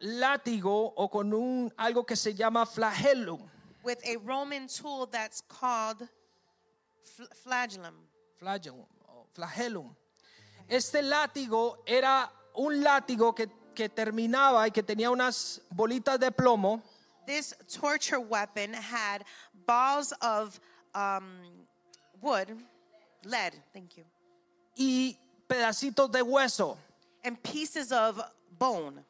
Speaker 2: látigo o con un algo que se llama flagelo.
Speaker 1: with a Roman tool that's called fl- flagellum.
Speaker 2: Flagellum, o Flagellum. Este látigo era un látigo que que terminaba y que tenía unas bolitas de plomo,
Speaker 1: This torture weapon had balls of um, wood, lead, thank you,
Speaker 2: y pedacitos de hueso.
Speaker 1: and pieces of bone.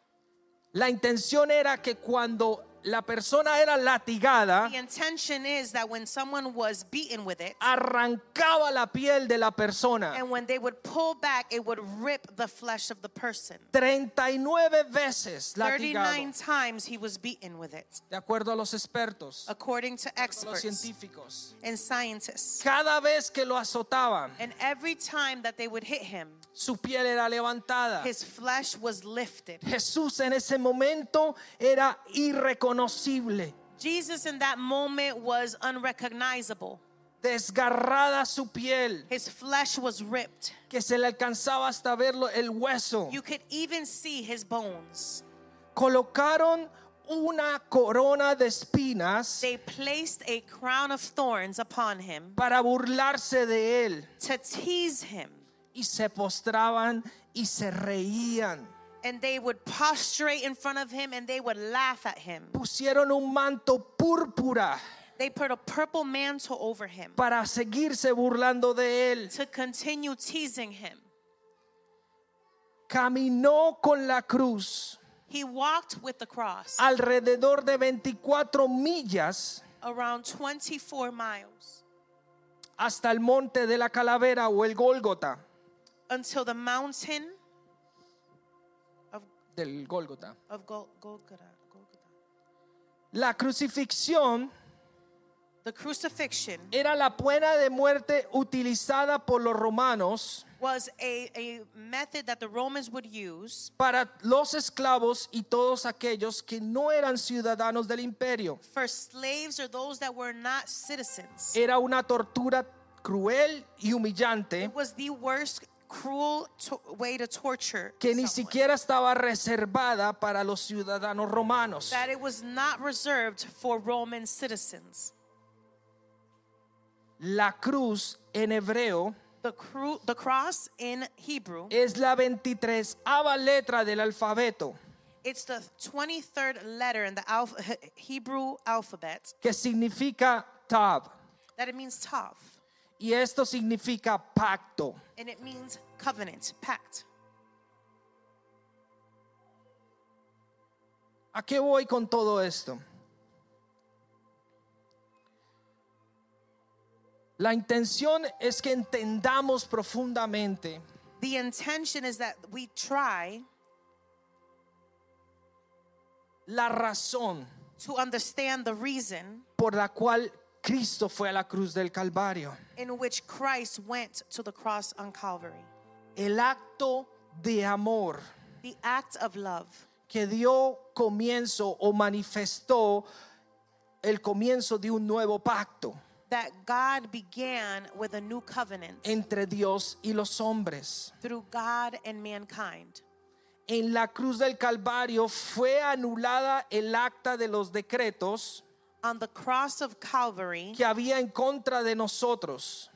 Speaker 2: La intención era que cuando la persona era latigada,
Speaker 1: The intention is that when someone was beaten with it,
Speaker 2: arrancaba la piel de la persona.
Speaker 1: and when they would pull back, it would rip the flesh of the person.
Speaker 2: 39 veces latigado,
Speaker 1: 39 times he was beaten with it,
Speaker 2: de acuerdo a los expertos,
Speaker 1: according to
Speaker 2: a los
Speaker 1: experts
Speaker 2: científicos.
Speaker 1: and scientists.
Speaker 2: Cada vez que lo azotaban,
Speaker 1: And every time that they would hit him,
Speaker 2: su piel era levantada.
Speaker 1: his flesh was lifted.
Speaker 2: Jesús en ese momento era irreconocible.
Speaker 1: Jesus in that moment was unrecognizable.
Speaker 2: Desgarrada su piel,
Speaker 1: His flesh was ripped.
Speaker 2: que se le alcanzaba hasta verlo el hueso.
Speaker 1: You could even see his bones.
Speaker 2: Colocaron una corona de espinas
Speaker 1: They placed a crown of thorns upon him
Speaker 2: para burlarse de él.
Speaker 1: to tease him,
Speaker 2: y se postraban y se reían.
Speaker 1: and they would prostrate in front of him and they would laugh at him.
Speaker 2: Pusieron un manto púrpura
Speaker 1: They put a purple mantle over him
Speaker 2: para seguirse burlando de él.
Speaker 1: to continue teasing him.
Speaker 2: Caminó con la cruz
Speaker 1: He walked with the cross
Speaker 2: alrededor de 24 millas
Speaker 1: around 24 miles
Speaker 2: hasta el monte de la calavera o el Gólgota.
Speaker 1: until the mountain of,
Speaker 2: Del Gólgota.
Speaker 1: of Gol- Golgotha. Golgotha.
Speaker 2: La crucifixión
Speaker 1: The crucifixion
Speaker 2: era la pena de muerte utilizada por los romanos
Speaker 1: was a, a method that the Romans would use
Speaker 2: para los esclavos y todos aquellos que no eran ciudadanos del imperio.
Speaker 1: for slaves or those that were not citizens.
Speaker 2: era una tortura cruel y humillante
Speaker 1: It was the worst cruel to- way to torture
Speaker 2: que ni
Speaker 1: someone.
Speaker 2: siquiera estaba reservada para los ciudadanos romanos.
Speaker 1: that it was not reserved for Roman citizens.
Speaker 2: La cruz en hebreo
Speaker 1: The, cru- the cross in Hebrew,
Speaker 2: es la 23 letra del alfabeto,
Speaker 1: it's the 23rd letter in the alph- he- Hebrew alphabet
Speaker 2: que significa tab,
Speaker 1: that it means tav,
Speaker 2: y esto significa pacto.
Speaker 1: and it means covenant, pact.
Speaker 2: ¿A qué voy con todo esto? La intención es que entendamos profundamente
Speaker 1: The intention is that we try
Speaker 2: la razón
Speaker 1: to understand the reason
Speaker 2: por la cual Cristo fue a la cruz del Calvario.
Speaker 1: in which Christ went to the cross on Calvary.
Speaker 2: El acto de amor
Speaker 1: The act of love
Speaker 2: que dio comienzo o manifestó el comienzo de un nuevo pacto
Speaker 1: that God began with a new covenant
Speaker 2: entre Dios y los hombres.
Speaker 1: through God and mankind.
Speaker 2: En la cruz del Calvario fue anulada el acta de los decretos
Speaker 1: On the cross of Calvary,
Speaker 2: que había en contra de nosotros,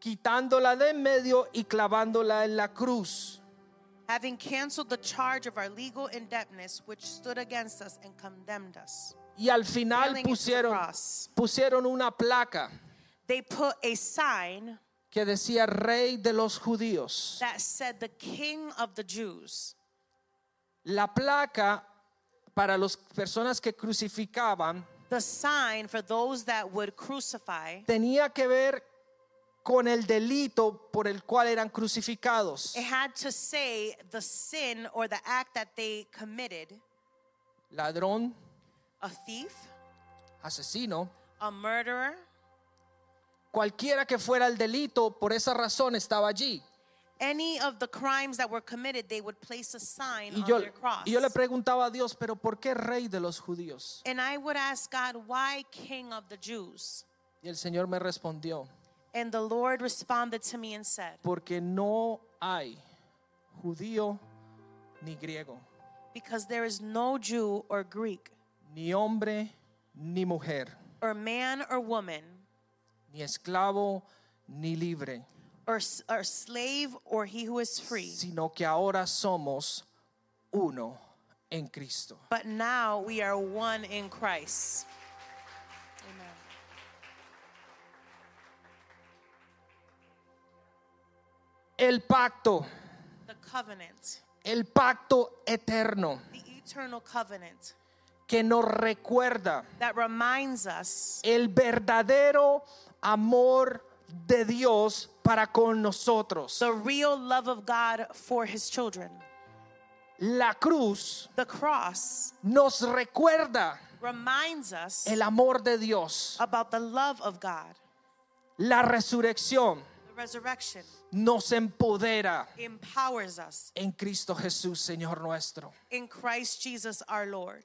Speaker 2: quitándola de en medio y clavándola en la cruz.
Speaker 1: having canceled the charge of our legal indebtedness which stood against us and condemned us.
Speaker 2: Y al final
Speaker 1: Nailing it to the
Speaker 2: pusieron
Speaker 1: cross.
Speaker 2: pusieron una placa
Speaker 1: They put a sign
Speaker 2: que decía rey de los judíos.
Speaker 1: that said the king of the Jews.
Speaker 2: La placa para las personas que crucificaban
Speaker 1: The sign for those that would crucify
Speaker 2: tenía que ver con el delito por el cual eran crucificados.
Speaker 1: It had to say the sin or the act that they committed
Speaker 2: Ladrón,
Speaker 1: a thief,
Speaker 2: asesino,
Speaker 1: a murderer,
Speaker 2: cualquiera que fuera el delito, por esa razón estaba allí.
Speaker 1: any of the crimes that were committed, they would place a sign
Speaker 2: Y
Speaker 1: on
Speaker 2: yo,
Speaker 1: their cross.
Speaker 2: y yo le preguntaba a Dios, pero ¿por qué rey de los judíos?
Speaker 1: and I would ask God, why King of the Jews?
Speaker 2: Y el Señor me respondió,
Speaker 1: And the Lord responded to me and said,
Speaker 2: porque no hay judío ni griego.
Speaker 1: Because there is no Jew or Greek,
Speaker 2: ni hombre ni mujer,
Speaker 1: or man or woman,
Speaker 2: ni esclavo ni libre,
Speaker 1: or, s- or slave or he who is free,
Speaker 2: sino que ahora somos uno en Cristo.
Speaker 1: But now we are one in Christ.
Speaker 2: El pacto,
Speaker 1: The covenant,
Speaker 2: el pacto eterno
Speaker 1: the eternal covenant
Speaker 2: que nos recuerda
Speaker 1: that reminds us
Speaker 2: el verdadero amor de Dios para con nosotros.
Speaker 1: the real love of God for his children.
Speaker 2: La cruz
Speaker 1: The cross
Speaker 2: nos recuerda
Speaker 1: reminds us
Speaker 2: el amor de Dios.
Speaker 1: about the love of God.
Speaker 2: La resurrección
Speaker 1: The resurrection
Speaker 2: nos empodera
Speaker 1: empowers us
Speaker 2: en Cristo Jesús, Señor nuestro.
Speaker 1: in Christ Jesus our Lord.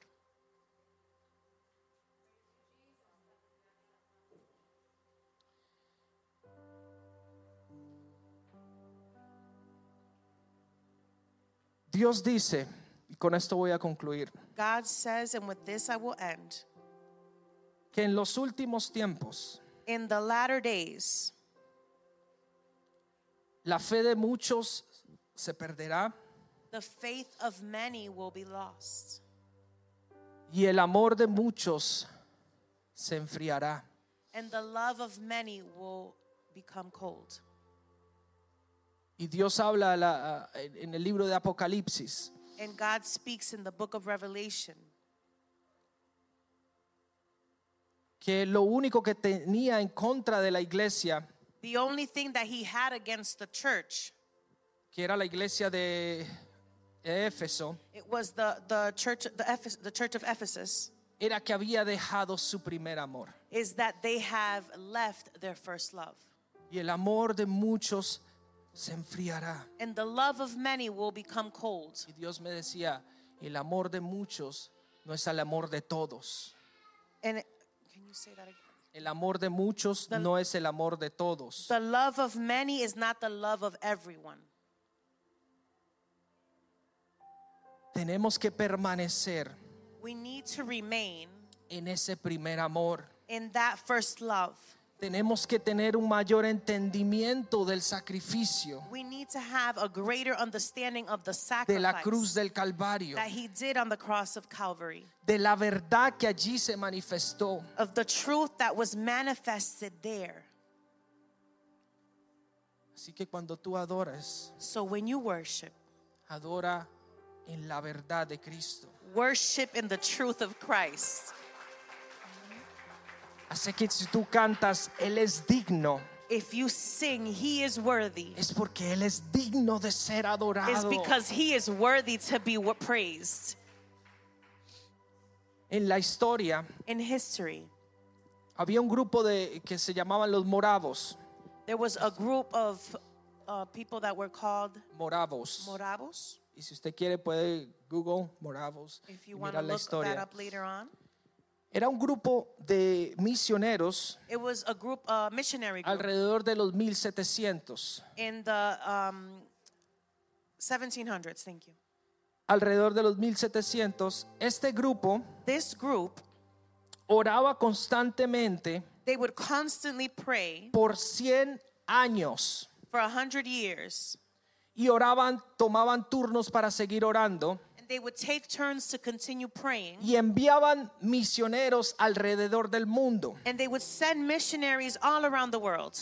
Speaker 2: Dios dice, y con esto voy a concluir,
Speaker 1: God says, and with this I will end
Speaker 2: que en los últimos tiempos
Speaker 1: in the latter days,
Speaker 2: la fe de muchos se perderá
Speaker 1: the faith of many will be lost,
Speaker 2: y el amor de muchos se enfriará.
Speaker 1: and the love of many will become cold.
Speaker 2: Y Dios habla a la- a- en en el libro de Apocalipsis
Speaker 1: And God speaks in the book of Revelation
Speaker 2: que lo único que tenía en contra de la iglesia,
Speaker 1: the only thing that he had against the church.
Speaker 2: que era la iglesia de Éfeso,
Speaker 1: It was the, the church the, Ephes- the church of Ephesus
Speaker 2: era que había dejado su primer amor.
Speaker 1: is that they have left their first love.
Speaker 2: Y el amor de muchos se enfriará.
Speaker 1: And the love of many will become cold.
Speaker 2: Y Dios me decía, el amor de muchos no es el amor de todos.
Speaker 1: And it- can you say that again?
Speaker 2: El amor de muchos no es el amor de todos.
Speaker 1: The love of many is not the love of everyone.
Speaker 2: Tenemos que permanecer
Speaker 1: We need to remain
Speaker 2: en ese primer amor.
Speaker 1: in that first love.
Speaker 2: Tenemos que tener un mayor entendimiento del sacrificio
Speaker 1: We need to have a greater understanding of the
Speaker 2: de
Speaker 1: sacrifice
Speaker 2: la cruz del Calvario,
Speaker 1: that he did on the cross of Calvary,
Speaker 2: de la verdad que allí se manifestó.
Speaker 1: of the truth that was manifested there.
Speaker 2: Así que cuando tú adoras,
Speaker 1: So when you worship,
Speaker 2: adora en la verdad de Cristo.
Speaker 1: worship in the truth of Christ.
Speaker 2: Así que si tú cantas, Él es digno,
Speaker 1: If you sing, he is worthy.
Speaker 2: es porque Él es digno de ser
Speaker 1: It's
Speaker 2: adorado.
Speaker 1: because he is worthy to be wa- praised.
Speaker 2: En la historia
Speaker 1: In history,
Speaker 2: había un grupo de, que se llamaban los moravos,
Speaker 1: there was a group of uh, people that were called
Speaker 2: moravos.
Speaker 1: Moravos.
Speaker 2: y si usted quiere puede Google moravos
Speaker 1: If
Speaker 2: y
Speaker 1: you want to
Speaker 2: mirar la
Speaker 1: look that
Speaker 2: historia.
Speaker 1: up later on,
Speaker 2: Era un grupo de misioneros
Speaker 1: it was a group, a missionary group,
Speaker 2: alrededor de los 1700,
Speaker 1: in the um, 1700s. Thank you.
Speaker 2: alrededor de los 1700, este grupo
Speaker 1: This group,
Speaker 2: oraba constantemente
Speaker 1: they would constantly pray
Speaker 2: por 100 años
Speaker 1: for a hundred years,
Speaker 2: y oraban, tomaban turnos para seguir orando
Speaker 1: and they would take turns to continue praying.
Speaker 2: y enviaban misioneros alrededor del mundo.
Speaker 1: And they would send missionaries all around the world.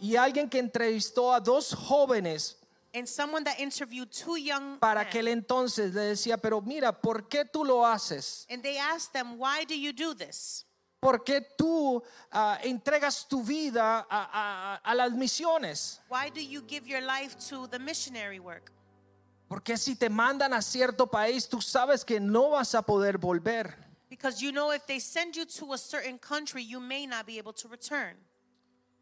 Speaker 2: Y alguien que entrevistó a dos jóvenes
Speaker 1: And someone that interviewed two young
Speaker 2: para
Speaker 1: men,
Speaker 2: aquel entonces le decía, pero mira, ¿por qué tú lo haces?
Speaker 1: and they asked them, "Why do you do this?
Speaker 2: ¿Por qué tú ah, entregas tu vida a, a- a las misiones?
Speaker 1: Why do you give your life to the missionary work?
Speaker 2: Porque si te mandan a cierto país, tú sabes que no vas a poder volver.
Speaker 1: Because you know if they send you to a certain country, you may not be able to return."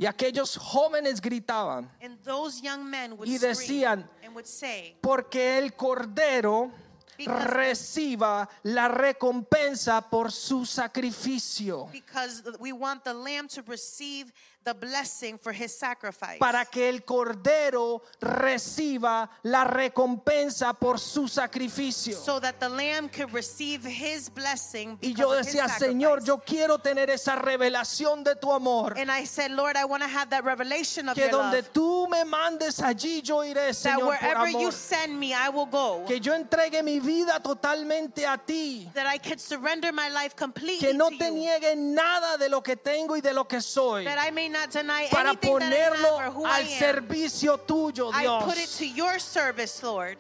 Speaker 2: Y aquellos jóvenes gritaban,
Speaker 1: And those young men would
Speaker 2: Y
Speaker 1: scream
Speaker 2: decían,
Speaker 1: and would say,
Speaker 2: porque el Cordero
Speaker 1: Because-
Speaker 2: reciba la recompensa por su sacrificio.
Speaker 1: "Because we want the lamb to receive the blessing for his sacrifice
Speaker 2: para que el cordero reciba la recompensa por su sacrificio.
Speaker 1: so that the lamb could receive his blessing
Speaker 2: Y
Speaker 1: because
Speaker 2: yo
Speaker 1: of his
Speaker 2: decía,
Speaker 1: sacrifice.
Speaker 2: Señor, yo quiero tener esa revelación de tu amor.
Speaker 1: and I said, Lord, I want to have that revelation of
Speaker 2: Que
Speaker 1: your
Speaker 2: donde
Speaker 1: love.
Speaker 2: tú me mandes allí, yo iré,
Speaker 1: That
Speaker 2: Señor, por
Speaker 1: wherever you
Speaker 2: amor.
Speaker 1: send me, I will go.
Speaker 2: Que yo entregue mi vida totalmente a ti.
Speaker 1: that I could surrender my life completely
Speaker 2: Que no
Speaker 1: to
Speaker 2: te
Speaker 1: you.
Speaker 2: niegue nada de lo que tengo y de lo que soy.
Speaker 1: that I may not deny
Speaker 2: Para
Speaker 1: anything that I
Speaker 2: ponerlo
Speaker 1: have or who I
Speaker 2: al
Speaker 1: am.
Speaker 2: servicio tuyo,
Speaker 1: I put it
Speaker 2: Dios.
Speaker 1: to your service, Lord.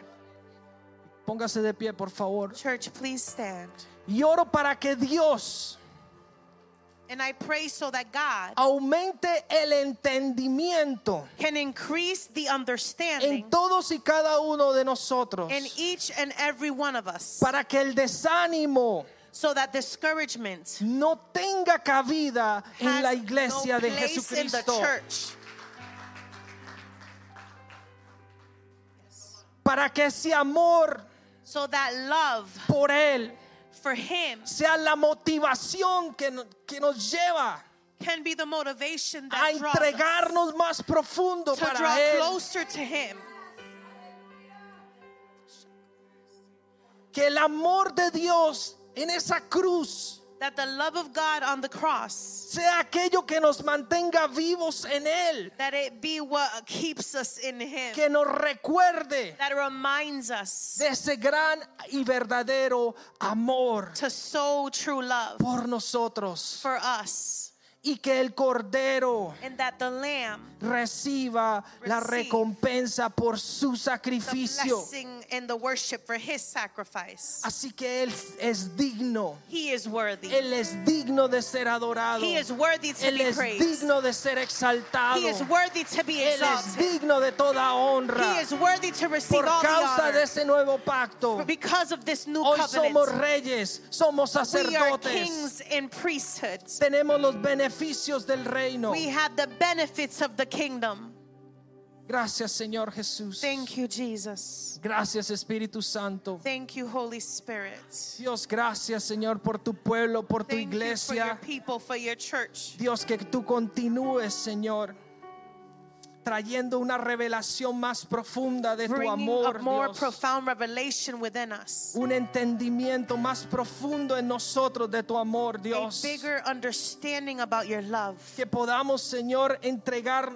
Speaker 2: Póngase de pie, por favor.
Speaker 1: Church, please stand.
Speaker 2: Y oro para que Dios
Speaker 1: And I pray so that God
Speaker 2: aumente el entendimiento
Speaker 1: can increase the understanding
Speaker 2: en todos y cada uno de nosotros
Speaker 1: in each and every one of us
Speaker 2: para que el desánimo
Speaker 1: so that discouragement
Speaker 2: no tenga cabida en
Speaker 1: has
Speaker 2: la iglesia
Speaker 1: no
Speaker 2: de
Speaker 1: place in the
Speaker 2: Jesucristo,
Speaker 1: church.
Speaker 2: para que ese amor
Speaker 1: So that love
Speaker 2: por Él
Speaker 1: for him
Speaker 2: sea la motivación que, no- que nos lleva
Speaker 1: can be the motivation
Speaker 2: a
Speaker 1: that draws us
Speaker 2: entregarnos más profundo
Speaker 1: to draw
Speaker 2: para Él,
Speaker 1: closer to him.
Speaker 2: que el amor de Dios en esa cruz
Speaker 1: That the love of God on the cross,
Speaker 2: sea aquello que nos mantenga vivos en Él,
Speaker 1: that it be what keeps us in him.
Speaker 2: que nos recuerde
Speaker 1: that reminds us
Speaker 2: de ese gran y verdadero amor
Speaker 1: to sow true love
Speaker 2: por nosotros
Speaker 1: for us
Speaker 2: y que el cordero
Speaker 1: and that the lamb
Speaker 2: reciba la
Speaker 1: Receive
Speaker 2: recompensa por su
Speaker 1: the
Speaker 2: sacrificio.
Speaker 1: blessing and the worship for his sacrifice
Speaker 2: Así que él es digno.
Speaker 1: he is worthy
Speaker 2: Él es digno de ser adorado.
Speaker 1: he is worthy to
Speaker 2: Él
Speaker 1: be
Speaker 2: es
Speaker 1: praised
Speaker 2: digno de ser exaltado.
Speaker 1: he is worthy to be
Speaker 2: Él es
Speaker 1: exalted
Speaker 2: digno de toda
Speaker 1: he
Speaker 2: honra.
Speaker 1: is worthy to receive
Speaker 2: Por
Speaker 1: all the
Speaker 2: causa de
Speaker 1: honor
Speaker 2: ese nuevo pacto,
Speaker 1: because of this new
Speaker 2: hoy somos
Speaker 1: covenant
Speaker 2: reyes, somos
Speaker 1: we are
Speaker 2: sacerdotes,
Speaker 1: kings and priesthoods
Speaker 2: tenemos los beneficios del reino.
Speaker 1: we have the benefits of the kingdom
Speaker 2: Gracias Señor Jesús.
Speaker 1: thank you jesus
Speaker 2: Gracias Espíritu Santo.
Speaker 1: thank you holy spirit
Speaker 2: Dios, gracias Señor por tu pueblo, por tu
Speaker 1: Thank you for your
Speaker 2: iglesia.
Speaker 1: people, for your church.
Speaker 2: Dios, que tú continúes Señor trayendo una revelación más profunda de tu
Speaker 1: Bringing a
Speaker 2: amor,
Speaker 1: more
Speaker 2: Dios.
Speaker 1: profound revelation within us.
Speaker 2: un entendimiento más profundo en nosotros de tu amor, Dios.
Speaker 1: A bigger understanding about your love.
Speaker 2: Que podamos, Señor, entregar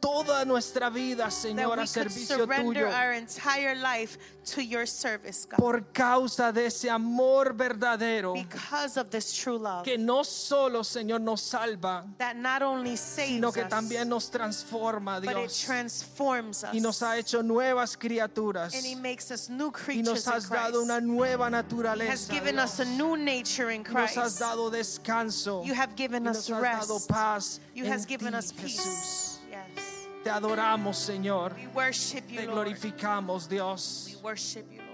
Speaker 2: toda nuestra vida,
Speaker 1: That
Speaker 2: Señor,
Speaker 1: we
Speaker 2: a
Speaker 1: could
Speaker 2: servicio tuyo.
Speaker 1: surrender our entire life to your service, God.
Speaker 2: Por causa de ese amor verdadero.
Speaker 1: Because of this true love
Speaker 2: que no solo, Señor, nos salva,
Speaker 1: that not only saves
Speaker 2: sino que
Speaker 1: us,
Speaker 2: también nos transforma,
Speaker 1: but it
Speaker 2: Dios.
Speaker 1: transforms us.
Speaker 2: Y nos ha hecho nuevas criaturas.
Speaker 1: and He makes us new
Speaker 2: Y
Speaker 1: creatures
Speaker 2: nos has
Speaker 1: in Christ.
Speaker 2: dado una nueva
Speaker 1: has
Speaker 2: naturaleza.
Speaker 1: given
Speaker 2: Dios.
Speaker 1: us a new nature in
Speaker 2: Y Nos
Speaker 1: Christ.
Speaker 2: has dado descanso.
Speaker 1: you have
Speaker 2: Y
Speaker 1: given
Speaker 2: nos
Speaker 1: us
Speaker 2: has dado
Speaker 1: rest.
Speaker 2: paz.
Speaker 1: you
Speaker 2: en
Speaker 1: has given
Speaker 2: ti,
Speaker 1: us peace.
Speaker 2: Jesús.
Speaker 1: Yes.
Speaker 2: Te adoramos, Señor.
Speaker 1: We worship you,
Speaker 2: Te
Speaker 1: Lord.
Speaker 2: glorificamos, Dios.
Speaker 1: We worship you, Lord.